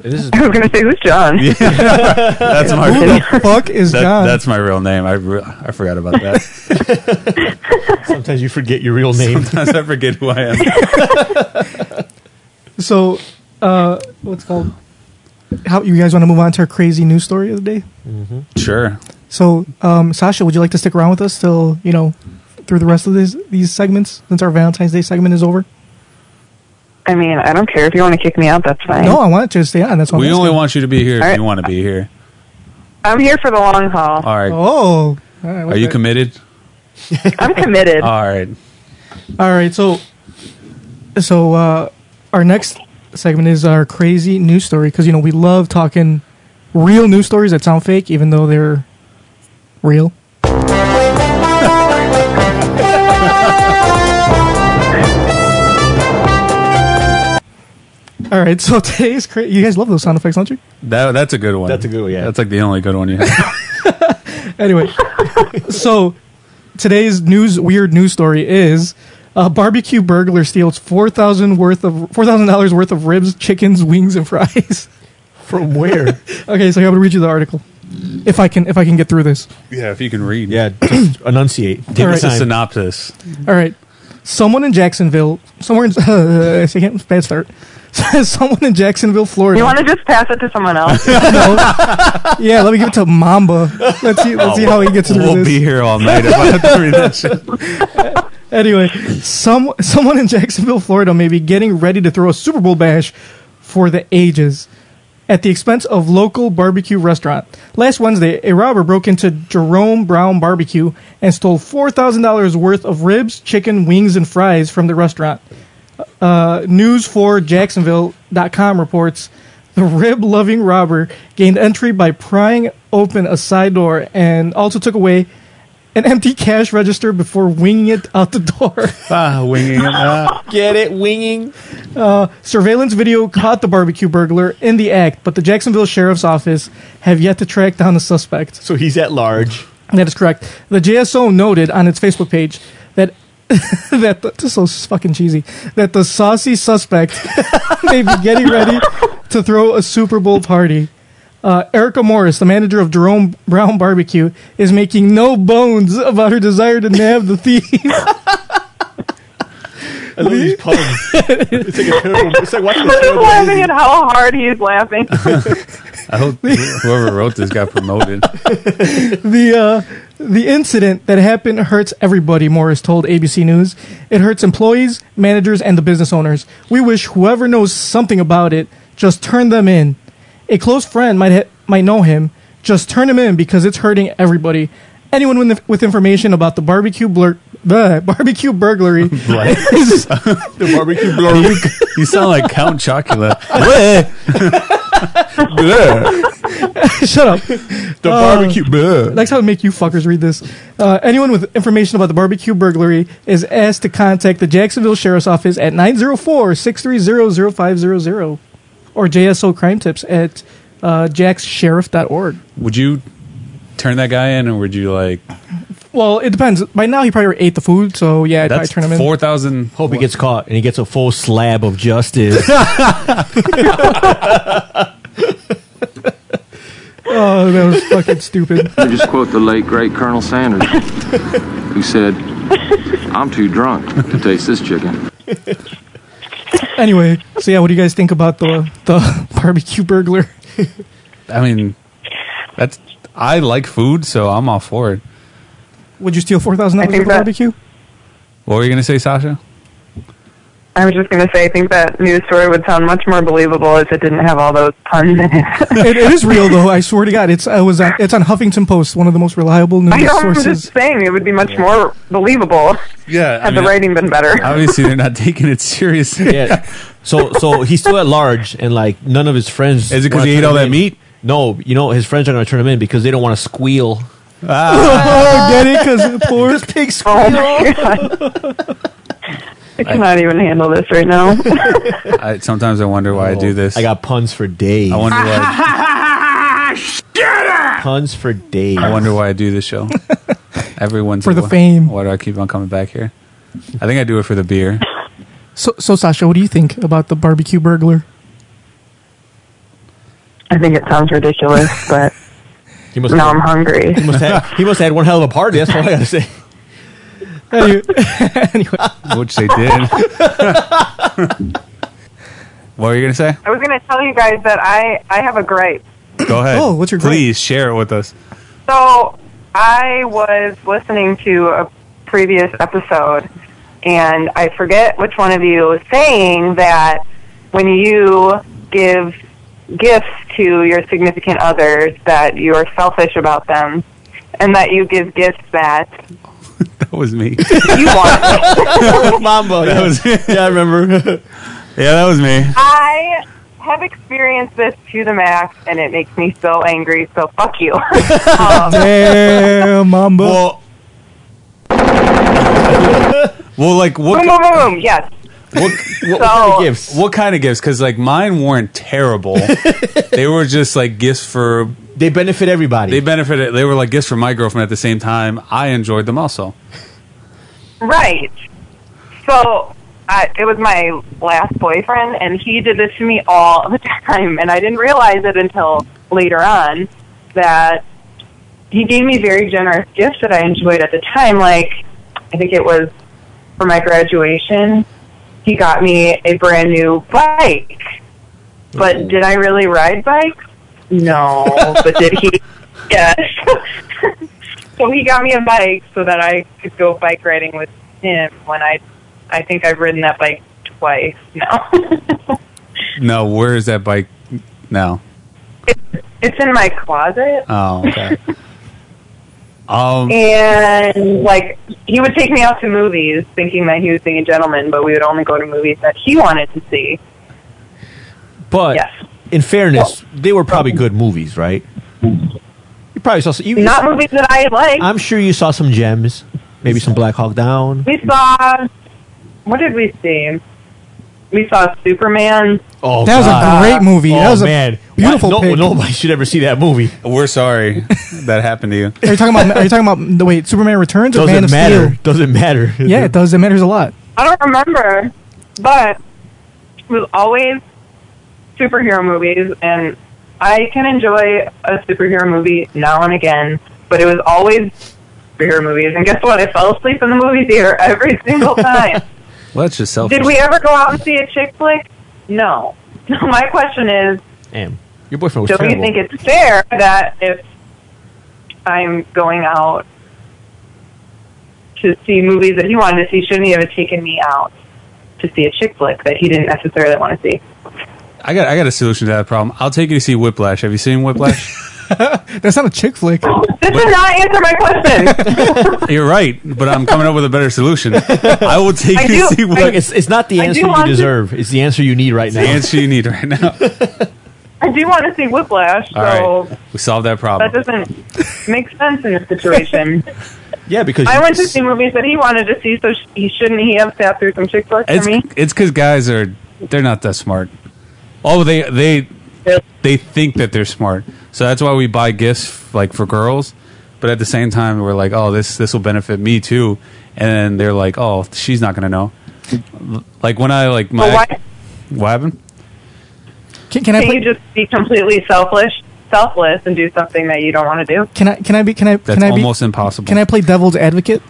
This is
I was gonna say who's John.
That's my
Who the fuck is
that-
John?
That's my real name. I re- I forgot about that.
Sometimes you forget your real name.
Sometimes I forget who I am.
So, uh, what's it called? How you guys want to move on to our crazy news story of the day?
Sure.
So, um, Sasha, would you like to stick around with us till you know through the rest of these these segments since our Valentine's Day segment is over?
I mean, I don't care if you want to kick me out. That's fine.
No, I want you to stay on. That's why
we
I'm
only
asking.
want you to be here if
All right.
you want to be here.
I'm here for the long haul.
All right.
Oh, all right,
Are you committed?
Uh,
I'm committed.
All right.
All right, so so uh, our next segment is our crazy news story because you know we love talking real news stories that sound fake, even though they're real. All right, so today's cra- you guys love those sound effects, don't you?
That that's a good one.
That's a good one, yeah.
That's like the only good one you have.
Anyway, so today's news weird news story is a barbecue burglar steals four thousand worth of four thousand dollars worth of ribs, chickens, wings, and fries.
From where?
Okay, so I'm gonna read you the article if I can if I can get through this.
yeah, if you can read.
yeah, just enunciate.
Give
All
us a
right.
synopsis.
All right. Someone in Jacksonville, somewhere in, uh, I see, bad start. Someone in Jacksonville, Florida.
You want to just pass it to someone else?
yeah, let me give it to Mamba. Let's see, let's see how he gets through
Oh, We'll
this.
be here all night if I have to read that shit.
Anyway, some someone in Jacksonville, Florida, may be getting ready to throw a Super Bowl bash for the ages. at the expense of local barbecue restaurant. Last Wednesday, a robber broke into Jerome Brown Barbecue and stole $4,000 worth of ribs, chicken, wings, and fries from the restaurant. Uh, news for Jacksonville.com reports the rib loving robber gained entry by prying open a side door and also took away an empty cash register before winging it out the door.
ah, winging it.
Get it? Winging?
Uh, surveillance video caught the barbecue burglar in the act, but the Jacksonville Sheriff's Office have yet to track down the suspect.
So he's at large.
That is correct. The JSO noted on its Facebook page that that the, this is so fucking cheesy that the saucy suspect may be getting ready to throw a Super Bowl party. Uh, Erica Morris, the manager of Jerome Brown Barbecue, is making no bones about her desire to nab the thief.
I love these puns. it's like a terrible. It's like watching a
I'm
terrible
laughing
movie.
at how hard he is laughing.
I hope whoever wrote this got promoted.
the uh, the incident that happened hurts everybody. Morris told ABC News, "It hurts employees, managers, and the business owners. We wish whoever knows something about it just turn them in. A close friend might ha- might know him. Just turn him in because it's hurting everybody. Anyone with, with information about the barbecue blur." The barbecue burglary is,
The barbecue
you,
blur.
you sound like Count Chocula.
shut up.
The
Um,
Uh,
barbecue blur.
That's how I make you fuckers read this. Uh, anyone with information about the barbecue burglary is asked to contact the Jacksonville Sheriff's Office at 904 630 0500 or JSO Crime Tips at uh, jackssheriff.org.
would you turn that guy in, or would you like?
Well, it depends. By now, he probably ate the food, so yeah, I'd probably
That's
turn him in.
four thousand.
Hope he gets caught and he gets a full slab of justice.
Oh, that was fucking stupid.
I just quote the late great Colonel Sanders, who said, "I'm too drunk to taste this chicken."
Anyway, so yeah, what do you guys think about the, the barbecue burglar?
I mean, that's. I like food, so I'm all for it.
Would you steal $4,000
I
worth
think
of
that-
barbecue?
What were you gonna say, Sasha?
I was just going to say, I think that news story would sound much more believable if it didn't have all those puns in it.
it, it is real though. I swear to God, it's I was on, it's on Huffington Post, one of the most reliable
I
news
know, I'm
sources.
just saying it would be much more believable
Yeah,
had the writing been better.
obviously they're not taking it seriously.
yeah. So so he's still at large and like none of his friends.
Is it 'cause
wanna
he ate
turn
all
him
that
in.
meat?
No, you know his friends are going to turn him in because they don't want to squeal.
oh, get it? Because poor
Pig
Oh my god. I cannot even handle this right now.
I, sometimes I wonder why I
Oh,
do this.
I got puns for days.
I wonder why.
puns for days.
I wonder why I do this show. Everyone's
For the fame.
Why do I keep on coming back here? I think I do it for the beer.
So, so Sasha, what do you think about the barbecue burglar?
I think it sounds ridiculous, but
He must,
now I'm hungry.
he must have. He must have had one hell of a party. That's all I got to say.
Anyway, anyway,
Which they did. what were you gonna say?
I was going to tell you guys that I, I have a gripe.
Go ahead.
Oh, what's your gripe?
Please share it with us.
So I was listening to a previous episode, and I forget which one of you was saying that when you give gifts to your significant others, that you are selfish about them, and that you give gifts that
That was me.
you want.
Mambo. Yeah. yeah, I remember.
Yeah, that was me.
I have experienced this to the max, and it makes me so angry. So fuck you. um,
damn, Mamba.
Well, well, like
boom,
what
boom, boom, boom. Yes.
what
What, what
So-
kind of gifts?
what kind of gifts? Because like mine weren't terrible. they were just like gifts for
They benefit everybody.
they benefited. They were like gifts for my girlfriend at the same time. I enjoyed them also.
Right. So I, it was my last boyfriend, and he did this to me all the time, and I didn't realize it until later on that he gave me very generous gifts that I enjoyed at the time. Like I think it was for my graduation, he got me a brand new bike. But did I really ride bikes? No. but did he? Yes. So he got me a bike so that I could go bike riding with him when I I think I've ridden that bike twice now.
No, where is that bike now?
It's in my closet.
Oh, okay. um,
And like he would take me out to movies, thinking that he was being a gentleman, but we would only go to movies that he wanted to see.
But in fairness, they were probably good movies, right? You probably saw some. You,
Not movies that I liked.
I'm sure you saw some gems, maybe some Black Hawk Down.
we saw. What did we see? We saw Superman.
Oh,
That was a
God.
great movie.
Oh,
That was a
man.
beautiful
Why- no-
pick.
nobody should ever see that movie.
We're sorry that happened to you.
Are you talking about? Are you talking about? The, wait, Superman Returns or
Doesn't
Man of
matter.
Steel?
Doesn't matter.
Yeah, it does. It matters a lot.
I don't remember, but it was always superhero movies, and I can enjoy a superhero movie now and again, but it was always superhero movies. And guess what? I fell asleep in the movie theater every single time.
Well, that's just selfish.
Did we ever go out and see a chick flick? No. So my question is,
Damn, your boyfriend was
don't
terrible.
you think it's fair that if I'm going out to see movies that he wanted to see, shouldn't he have taken me out to see a chick flick that he didn't necessarily want to see?
I got I got a solution to that problem. I'll take you to see Whiplash. Have you seen Whiplash?
That's not a chick flick.
This did not answer my question.
You're right, but I'm coming up with a better solution. I will take
I
you
do-
to see
I-
Whiplash.
It's, it's not the
I do
answer you
want to-
deserve. It's the answer you need right
It's
now.
the answer you need right now.
I do want to see Whiplash,
All
so
right, we solved that problem.
that doesn't make sense in this situation.
Yeah, because
I went to see movies that he wanted to see, so sh- he shouldn't he have sat through some chick flicks for me?
It's it's because guys are they're not that smart. Oh, they they they think that they're smart, so that's why we buy gifts like for girls. But at the same time, we're like, oh, this this will benefit me too, and then they're like, oh, she's not gonna know. Like when I like my
But why-
what happened?
Can, can I?
Can't you just be completely selfish, selfless, and do something that you don't want to do?
Can I? Can I be? Can I?
That's
can I be?
almost impossible.
Can I play devil's advocate?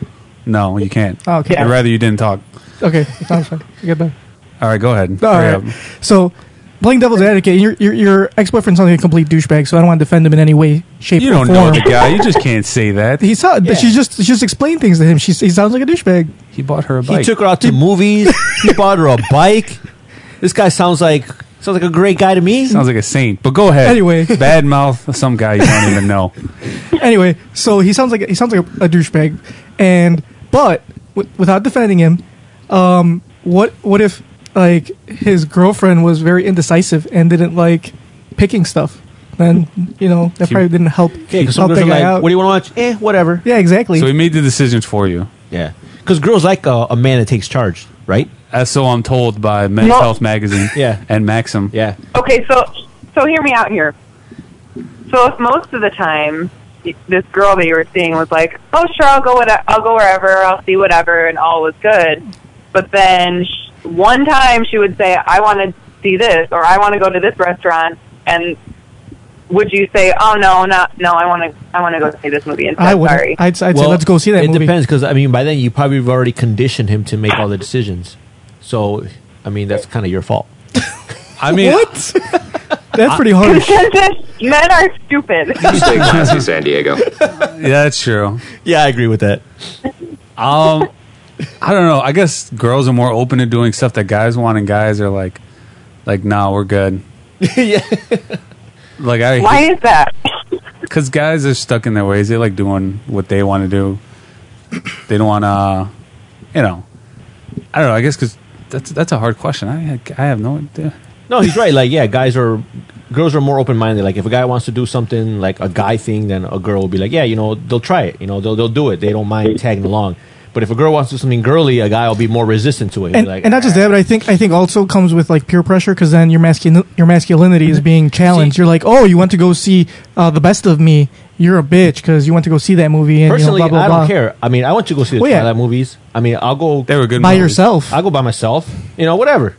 No, you can't.
Oh, okay.
I'd rather you didn't talk.
Okay, sounds fine. I get that.
All right, go ahead.
All
Hurry
right.
up.
So, playing devil's advocate, your your, your ex boyfriend sounds like a complete douchebag. So I don't want to defend him in any way, shape,
You
or
don't
form.
know the guy. You just can't say that.
He saw.
Yeah.
She just she just explained things to him. She he sounds like a douchebag.
He bought her a
He took her out to movies. he bought her a bike. This guy sounds like sounds like a great guy to me.
Sounds like a saint. But go ahead.
Anyway.
bad mouth some guy you don't even know.
anyway, so he sounds like he sounds like a, a douchebag, and but w- without defending him, um, what what if like his girlfriend was very indecisive and didn't like picking stuff? Then you know that
She-
probably didn't help
Okay, because
help
some girls
that
are
guy
like,
out.
"What do you want to watch?" Eh, whatever.
Yeah, exactly.
So he made the decisions for you.
Yeah, because girls like a, a man that takes charge, right?
As so I'm told by Men's
No.
Health Magazine. Yeah. And Maxim.
Yeah.
Okay, so so hear me out here. So if most of the time this girl that you were seeing was like, "Oh, sure, I'll go what I'll go wherever, I'll see whatever," and all was good, but then sh- one time she would say, "I want to see this," or "I want to go to this restaurant," and would you say, "Oh no, not no, I want to I want to go see this movie instead"?
I would.
Sorry,
I'd, I'd say let's go see that
it
movie.
depends because I mean, by then you probably have already conditioned him to make all the decisions. So, I mean, that's kind of your fault.
I mean,
what? That's pretty harsh.
Consensus: Men are stupid.
San Diego. yeah, that's true.
Yeah, I agree with that.
Um, I don't know. I guess girls are more open to doing stuff that guys want, and guys are like, like, nah, we're good.
yeah.
Like I
Why is that?
Because guys are stuck in their ways. They like doing what they want to do. They don't want to, you know. I don't know. I guess because that's that's a hard question. I I have no idea.
No, he's right. Like, yeah, guys are girls are more open minded. Like, if a guy wants to do something like a guy thing, then a girl will be like, yeah, you know, they'll try it. You know, they'll they'll do it. They don't mind tagging along. But if a girl wants to do something girly, a guy will be more resistant to it. He'll be
And,
like, "Ah."
and not just that, but I think I think also comes with like peer pressure because then your masculine your masculinity is being challenged. You're like, oh, you went to go see uh, the best of me. You're a bitch because you went to go see that movie and
Personally,
you know, blah blah
I
blah.
don't care. I mean, I want to go see the
Well, yeah.
Twilight movies. I mean, I'll go. They
were good
By movies. yourself.
I'll go by myself. You know, whatever.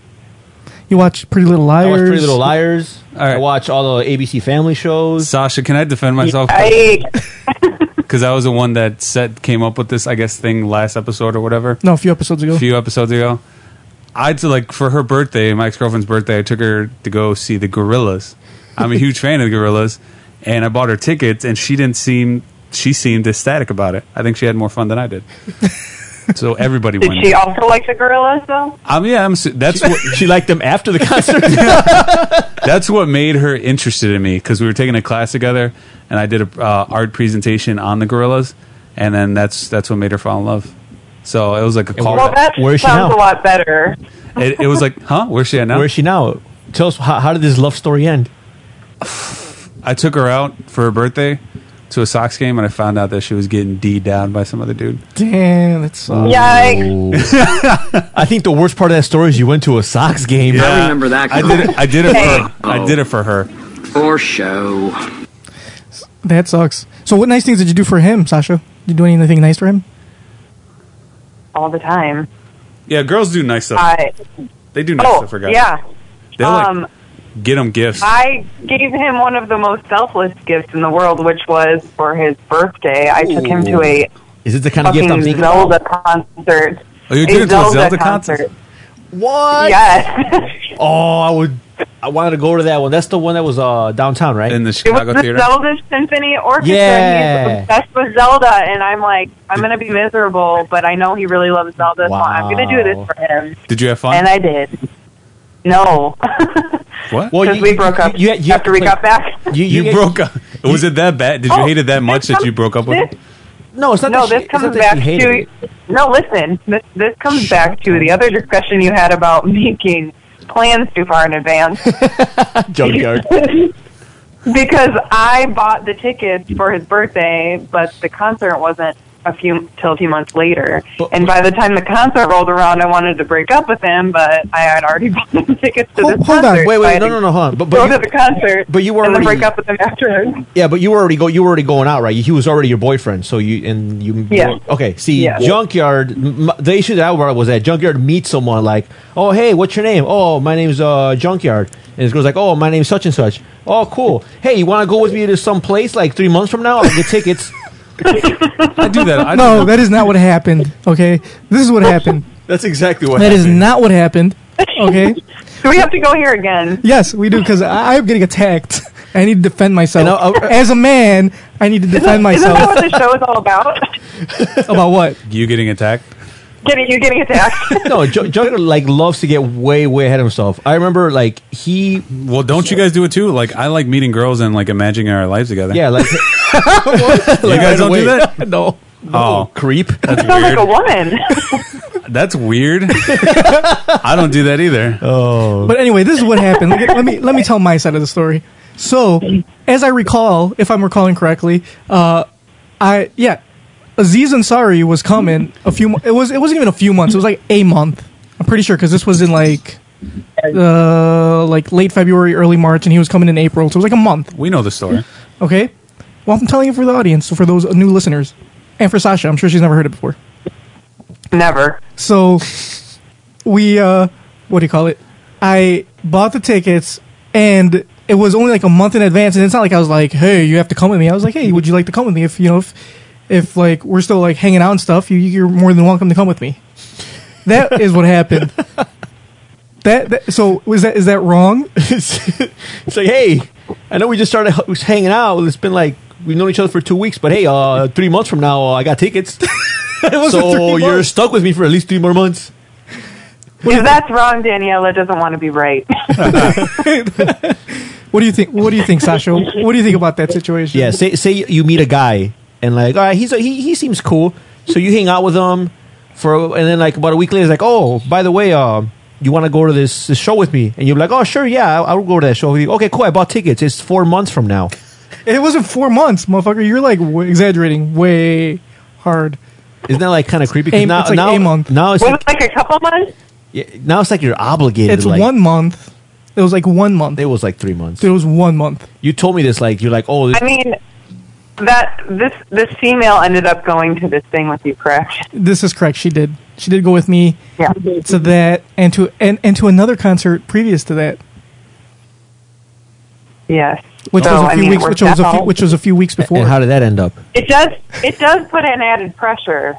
You watch Pretty Little Liars.
I watch Pretty Little Liars. I watch all the ABC Family shows.
Sasha, can I defend myself? Because I was the one that set came up with this, I guess, thing last episode or whatever.
No, a few episodes ago.
A few episodes ago. I to like for her birthday, my ex girlfriend's birthday, I took her to go see the Gorillas. I'm a huge fan of the Gorillas, and I bought her tickets, and she didn't seem she seemed ecstatic about it. I think she had more fun than I did.
so everybody
Did
went.
she also like the gorillas though?
Um, yeah, I'm, su- that's what
she liked them after the concert.
that's what made her interested in me because we were taking a class together, and I did a uh, art presentation on the gorillas, and then that's that's what made her fall in love. So it was like a call.
well, that sounds a lot better.
It, it was like, huh? Where's she at now?
Where's she now? Tell us how, how did this love story end?
I took her out for her birthday to a Sox game, and I found out that she was getting d down by some other dude.
Damn, that's
Yikes. I think the worst part of that story is you went to a Sox game.
Yeah. I did it. I did it
Hey.
for. I did it for her.
For show.
That sucks. So, what nice things did you do for him, Sasha? Did you do anything nice for him?
All the time.
Yeah, girls do nice stuff.
I-
they do nice
oh,
stuff for guys.
yeah.
They'll
Um,
like get them gifts.
I gave him one of the most selfless gifts in the world, which was for his birthday. I took him to a
Is it the kind of
fucking
gift I'm thinking
Zelda concert.
Oh, you're doing it to a
Zelda
Zelda concert? What?
Yes.
Oh, I would. I wanted to go to that one. That's the one that was uh, downtown, right? In
the
It was the Zelda Symphony Orchestra.
Yeah.
And he's obsessed with Zelda, and I'm like, I'm gonna be miserable, but I know he really loves Zelda, so I'm gonna do this for him.
Did you have fun?
And I did. No,
what?
because we broke up after we got back.
You,
you, broke up. Was it that bad? Did you
Oh,
hate it that much that you broke up with?
This-
her?
No, it's not.
No,
that she-
this
it's
comes
not that she
back
hated
to. No, listen. This this comes back to the other discussion you had about making plans too far in advance.
Junkyard.
because I bought the tickets for his birthday, but the concert wasn't a few till a few months later. and by the time the concert rolled around, I wanted to break up with him, but I had already bought the tickets to this concert.
Wait,
so I
wait,
had
no,
to
no, no, hold on. But,
go
but,
to the
you,
concert,
but you were
and then
already-
break up with him afterwards.
yeah, but you were already go. You were already going out, right? He was already your boyfriend, so you and you.
Yeah.
Okay. See,
Yeah.
junkyard. m- The issue that I brought up was that junkyard meets someone like, oh hey, what's your name? Oh, my name's uh junkyard. And this girl's like, oh, my name's such and such. Oh, cool. Hey, you want to go with me to some place like three months from now? I'll get tickets.
I do that.
no, that is not what happened. Okay, this is what happened.
That's exactly what.
That is not what happened. Okay.
Do we have to go here again?
Yes, we do because I'm getting attacked. I need to defend myself. As a man, I need to defend
Isn't
myself.
that what the show is all about?
About what?
You getting attacked?
getting you getting attacked.
no, J- Junker like loves to get way way ahead of himself. I remember like he.
Well, don't you guys do it too? Like I like meeting girls and like imagining our lives together.
Yeah, like
you guys don't do that.
no.
Oh,
creep.
That's
Sounds like
weird.
a woman.
That's weird. I don't do that either.
Oh,
But anyway, this is what happened. Let me- let me let me tell my side of the story. So, as I recall, if I'm recalling correctly, uh, I yeah, Aziz Ansari was coming a few. mo- It was it wasn't even a few months. It was like a month. I'm pretty sure because this was in like uh like late February, early March, and he was coming in April. So it was like a month.
we know the story.
Okay. Well, I'm telling you for the audience, so for those new listeners, and for Sasha, I'm sure she's never heard it before.
Never.
So we uh what do you call it? I bought the tickets and it was only like a month in advance and it's not like I was like, "Hey, you have to come with me." I was like, "Hey, would you like to come with me if, you know, if if like we're still like hanging out and stuff, you you're more than welcome to come with me." That is what happened. That, that so was that is that wrong?
it's like, hey, I know we just started h- was hanging out. It's been like we've known each other for two weeks, but hey, uh, three months from now, uh, I got tickets.
wasn't
so
three
you're
months.
stuck with me for at least three more months.
If that's wrong, Daniela doesn't want to be right.
What do you think? What do you think, Sasha? What do you think about that situation?
Yeah. Say say you meet a guy and like, all right, he's a, he he seems cool. So you hang out with him for, and then like about a week later, it's like, oh, by the way, uh, you want to go to this, this show with me? And you're like, oh, sure, yeah, I, I will go to that show with you. Okay, cool. I bought tickets. It's four months from now.
It wasn't 4 months, motherfucker. You're like w- exaggerating way hard.
Isn't that like kind of creepy? 'Cause
Aim- it's like
now,
a month.
now it's
Was
like,
it like a couple months?
yeah, now it's like you're obligated.
It's
like,
one month. It was like one month.
It was like three months.
It was one month.
You told me this like you're like oh this,
I mean, that this this female ended up going to this thing with you, correct?
This is correct. She did. She did go with me
Yeah.
to that and to and, and to another concert previous to that,
Yes.
which
So,
was a
Oh, I
few
mean, it
weeks, which
worked
was a few,
out.
which was a few weeks before.
and how did that end up?
It does it does put an added pressure.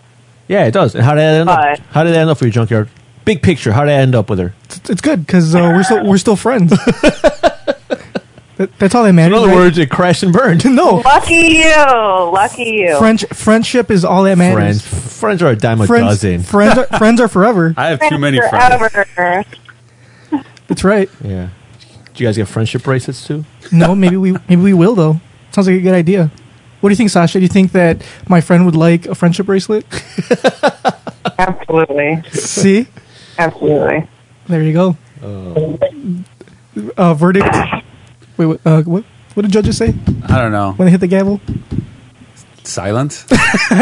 Yeah, it does. And how did that end
But-
up? How did that end up for your junkyard? Big picture. How did I end up with her?
It's- It's good because uh, we're still we're still friends. That, that's all that matters.
In other
right?
words, it crashed and burned.
no,
Lucky you. Lucky you.
French friendship is all that matters.
friends, friends are a dime a
friends,
dozen.
friends, are, friends are forever.
I have
Forever.
That's right.
Yeah. Do you guys get friendship bracelets too?
No, maybe we maybe we will though. Sounds like a good idea. What do you think, Sasha? Do you think that my friend would like a friendship bracelet?
Absolutely.
See,
Absolutely.
there you go. Uh, verdict. Wait, what, uh, what? What did judges say
I don't know.
when they hit the gavel?
Silent.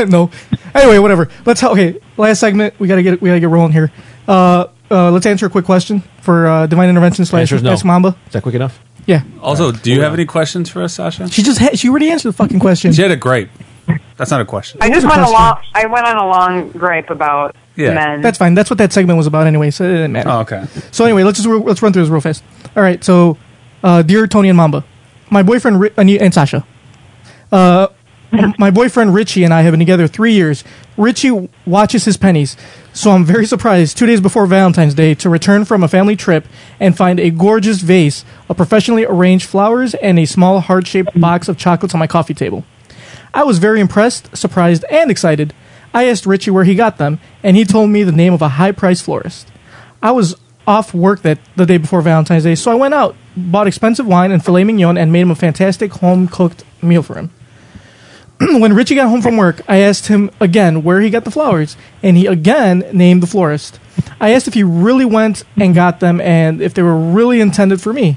no. Anyway, whatever. Let's okay. Last segment. We gotta get we gotta get rolling here. Uh, uh, let's answer a quick question for uh, divine intervention slash
Answer is no.
Miss Mamba.
Is that quick enough?
Yeah,
Also, do you have any questions for us, Sasha?
she just had, she already answered the fucking question.
She had a gripe. That's not a question.
I
was
just
a
went
question.
along. I went on a long gripe about
Yeah.
men.
That's fine. That's what that segment was about anyway, so it didn't matter.
Oh, okay.
So anyway, let's just let's run through this real fast. All right. So, uh, dear Tony and Mamba, my boyfriend Ri- and, you- and Sasha, uh, m- my boyfriend Richie and I have been together three years. Richie watches his pennies, so I'm very surprised two days before Valentine's Day to return from a family trip and find a gorgeous vase of professionally arranged flowers and a small heart-shaped box of chocolates on my coffee table. I was very impressed, surprised, and excited. I asked Richie where he got them, and he told me the name of a high priced florist. I was off work that the day before Valentine's Day, so I went out, bought expensive wine and filet mignon, and made him a fantastic home cooked meal for him. when Richie got home from work, I asked him again where he got the flowers, and he again named the florist. I asked if he really went and got them and if they were really intended for me.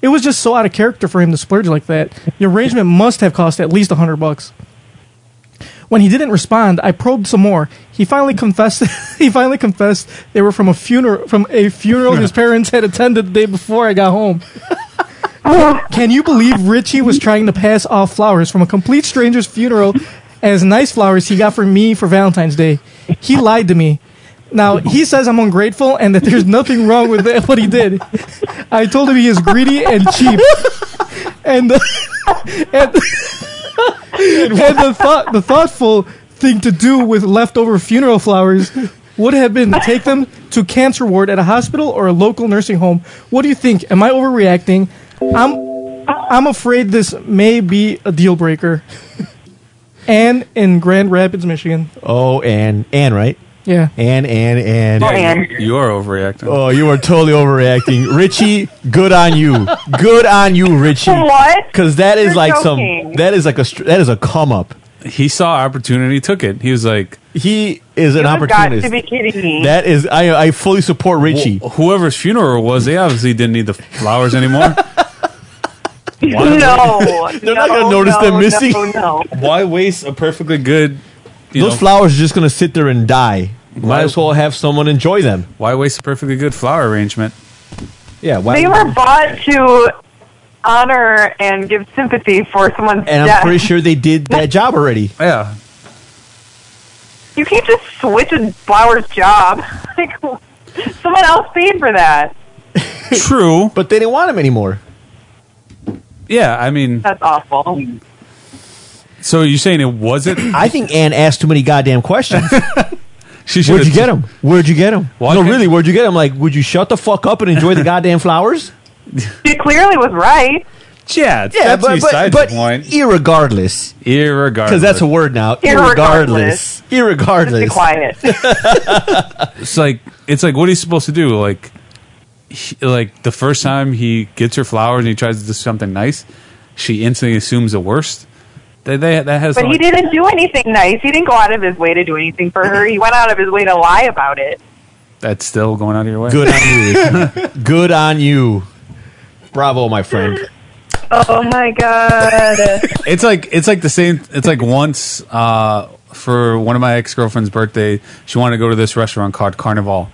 It was just so out of character for him to splurge like that. The arrangement must have cost at least a hundred bucks. When he didn't respond, I probed some more. He finally confessed. he finally confessed they were from a funeral from a funeral his parents had attended the day before I got home. Can you believe Richie was trying to pass off flowers from a complete stranger's funeral as nice flowers he got from me for Valentine's Day? He lied to me. Now he says I'm ungrateful and that there's nothing wrong with that, what he did. I told him he is greedy and cheap, and the, and, and the thought the thoughtful thing to do with leftover funeral flowers would have been to take them to cancer ward at a hospital or a local nursing home. What do you think? Am I overreacting? I'm I'm afraid this may be a deal breaker. And in Grand Rapids, Michigan.
Oh, and and right,
Yeah.
and and
Oh,
and.
You are overreacting.
Oh, you are totally overreacting, Richie. Good on you. Good on you, Richie.
What?
Because that is
You're
like
joking.
some. That is like a. str- That is a come up.
He saw opportunity, took it. He was like,
He is an
You've got to
opportunist.
be kidding me.
That is. I I fully support Richie.
wh- whoever's funeral it was, they obviously didn't need the flowers anymore.
no.
They're not gonna notice them missing.
No, no.
Why waste a perfectly good? You
Those
know,
flowers are just gonna sit there and die. Might
Why-
as well have someone enjoy them.
why waste a perfectly good flower arrangement?
Yeah. Why?
They were bought to honor and give sympathy for someone's
and I'm
death.
pretty sure they did that job already.
Yeah,
You can't just switch a flower's job. Like, someone else paid for that.
true.
But they didn't want him anymore.
Yeah, I mean,
That's awful.
so you're saying it wasn't?
I think Anne asked too many goddamn questions.
She should
Where'd you get them? Where'd you get them?
Why
no,
can't-
really, where'd you get them? Like, would you shut the fuck up and enjoy the goddamn flowers?
She clearly was right.
Yeah, that's besides the
e-,
point.
irregardless,
Irregardless,
because that's a word now.
Irregardless.
Irregardless,
Just be
irregardless.
quiet.
it's like it's like what he's supposed to do like he, like the first time he gets her flowers and he tries to do something nice she instantly assumes the worst that they, that has
But he
like-
didn't do anything nice. He didn't go out of his way to do anything for her. He went out of his way to lie about it.
that's still going out of your way
Good on you. Good on you. Bravo, my friend.
Oh my god.
it's like it's like the same it's like once uh for one of my ex-girlfriend's birthday she wanted to go to this restaurant called carnival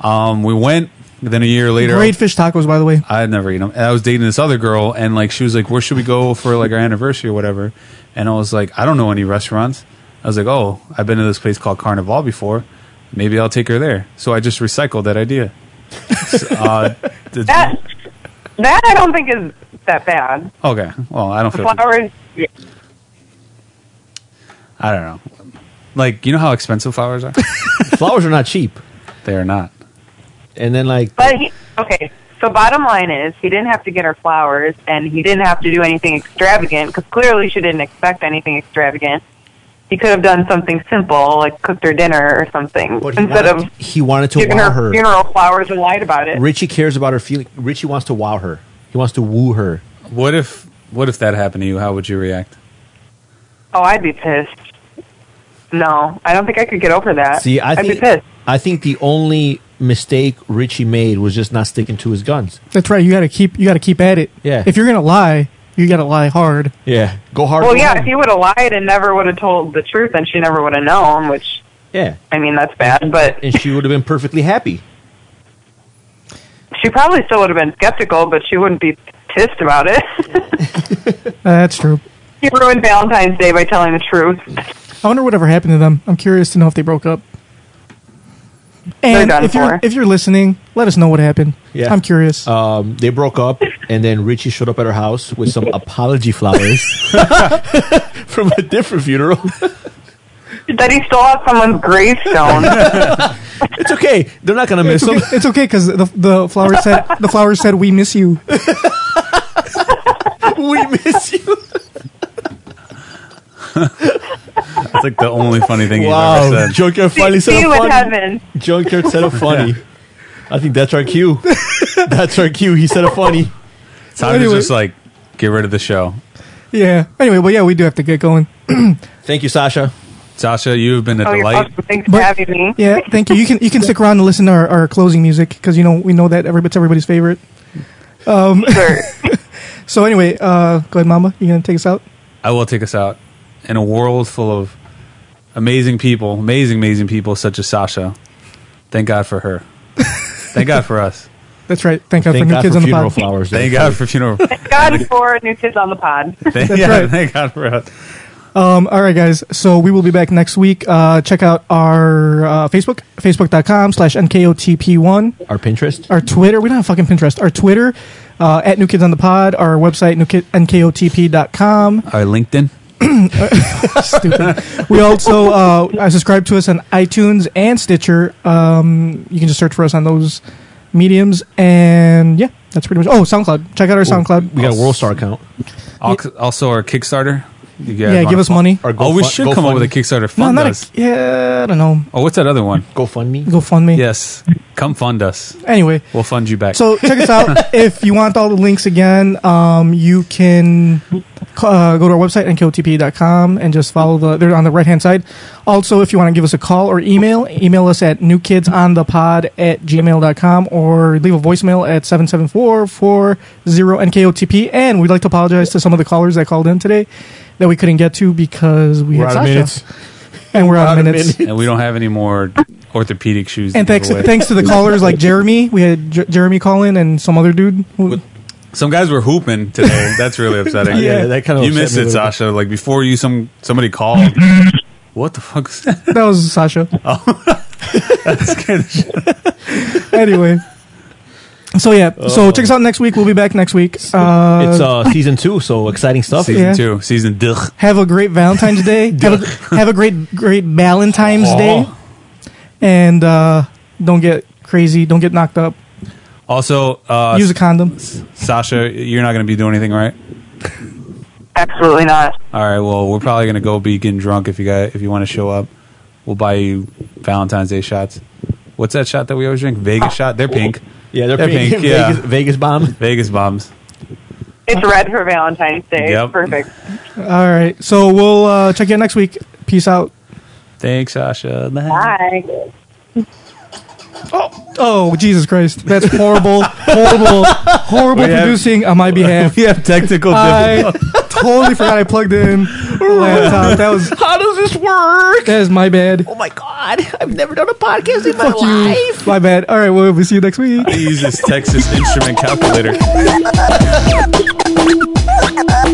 um we went then a year later
Great fish tacos, by the way.
I had never eaten them. And I was dating this other girl, and like she was like, "Where should we go for like our anniversary or whatever?" And I was like, "I don't know any restaurants." I was like, "Oh, I've been to this place called Carnival before. Maybe I'll take her there." So I just recycled that idea. So, uh, did-
That that I don't think is that bad.
okay. Well, I don't
The
feel.
flowers yeah.
I don't know. Like you know how expensive flowers are?
flowers are not cheap.
they are not.
And then, like,
but he okay. So bottom line is, he didn't have to get her flowers, and he didn't have to do anything extravagant because clearly she didn't expect anything extravagant. He could have done something simple, like cooked her dinner or something, instead
wanted,
of
he wanted to
giving
wow
her,
her.
funeral flowers and lied about it.
Richie cares about her feeling. Richie wants to wow her. He wants to woo her.
What if what if that happened to you? How would you react?
Oh, I'd be pissed. No, I don't think I could get over that.
See, I
would
think
be Uh, pissed.
I think the only mistake Richie made was just not sticking to his guns.
That's right. You got to keep. You got to keep at it.
Yeah.
If you're gonna lie, you got to lie hard.
Yeah, go hard.
Well, yeah, if he would have lied and never would have told the truth, then she never would have known. Which,
yeah,
I mean, that's bad, but
and she would have been perfectly happy.
she probably still would have been skeptical, but she wouldn't be pissed about it.
Uh, that's true.
he ruined Valentine's Day by telling the truth.
I wonder whatever happened to them. I'm curious to know if they broke up. And
done
if you're
for.
if you're listening, let us know what happened.
Yeah,
I'm curious.
Um, they broke up, and then Richie showed up at her house with some apology flowers from a different funeral.
That he stole off someone's gravestone.
it's okay. They're not gonna miss
it's
him.
okay, It's okay because the the flower said the flower said we miss you.
we miss you.
That's like the only funny thing you've
Wow,
ever said.
Junkyard finally said
See
a
you in
funny.
heaven.
Junkyard said a funny. I think that's our cue. that's our cue. He said a funny.
Time
Anyway.
to just like get rid of the show.
Yeah. Anyway, well, yeah, we do have to get going.
Thank you, Sasha.
Sasha, you've been a
Oh, you're
delight.
welcome. Thanks for having me.
Yeah, thank you. You can you can stick around and listen to our, our closing music because you know we know that every, it's everybody's favorite. Um, so anyway, uh, go ahead, Mama. You gonna take us out?
I will take us out in a world full of amazing people, amazing, amazing people such as Sasha. Thank God for her. Thank God for us.
That's right. Thank God for new kids on the pod.
Thank God for funeral.
Thank God for new kids on the pod.
Thank,
That's
yeah,
right.
thank God for us.
Um, all right, guys. So we will be back next week. Uh, check out our uh, Facebook, facebook.com slash NKOTP1.
Our Pinterest.
Our Twitter. We don't have fucking Pinterest. Our Twitter, uh, at New Kids on the Pod. Our website, new kid, NKOTP.com.
All right, LinkedIn.
Stupid. We also uh, uh, subscribe to us on iTunes and Stitcher. Um, you can just search for us on those mediums. And yeah, that's pretty much. Oh, SoundCloud. Check out our SoundCloud.
We got a World Star account.
Al- Also, our Kickstarter. You guys
Yeah,
wanna
give us
fund-
money. Or
oh, we
GoFund-
should come up with a
GoFundMe.
Kickstarter.
No,
Fund
not
us.
a, yeah, I don't know.
oh, what's that other one?
GoFundMe.
GoFundMe.
Yes. Come fund us.
Anyway.
We'll fund you back.
So check us out. if you want all the links again, um, you can uh, go to our website, nkotp.com, and just follow the, they're on the right hand side. Also, if you want to give us a call or email, email us at newkidsonthepod at gmail.com or leave a voicemail at 774-40-NKOTP. And we'd like to apologize to some of the callers that called in today that we couldn't get to because we
We're
had
out of
Sasha.
minutes.
And we're out, of minutes.
And we don't have any more orthopedic shoes.
And
to give
thanks,
away.
thanks to the callers like Jeremy. We had J- Jeremy call in and some other dude. who-
Some guys were hooping today. That's really upsetting.
Yeah, that kinda
You
upset
missed
me a
it,
little bit.
Sasha. Like before you, some somebody called. what the fuck? Is that?
that was Sasha.
That's kind of
anyway. So yeah,
Oh.
so check us out next week. We'll be back next week. Uh,
it's uh, season two, so exciting stuff.
Season Oh, Yeah.
two, season duh.
have a great Valentine's Day. have, a, have a great great Valentine's Day, and uh, don't get crazy. Don't get knocked up.
Also, uh,
Use a condom.
Sasha, you're not going to be doing anything, right?
Absolutely not.
All right. Well, we're probably going to go be getting drunk if you guys if you want to show up. We'll buy you Valentine's Day shots. What's that shot that we always drink? Vegas shot. They're pink.
Yeah, they're pink. Vegas- Vegas bomb.
Vegas bombs.
It's red for Valentine's Day.
Yep.
Perfect.
All right, so we'll uh, check you out next week. Peace out.
Thanks, Sasha.
Bye.
Oh Jesus Christ, that's horrible, horrible, horrible
We have-
producing on my behalf.
We have technical
I totally forgot I plugged in the laptop. That was
How does this work?
that is my bad.
Oh my god! I've never done a podcast in my
Fuck you. My bad. All right, well, we'll see you next week.
I use this Texas instrument calculator.
life.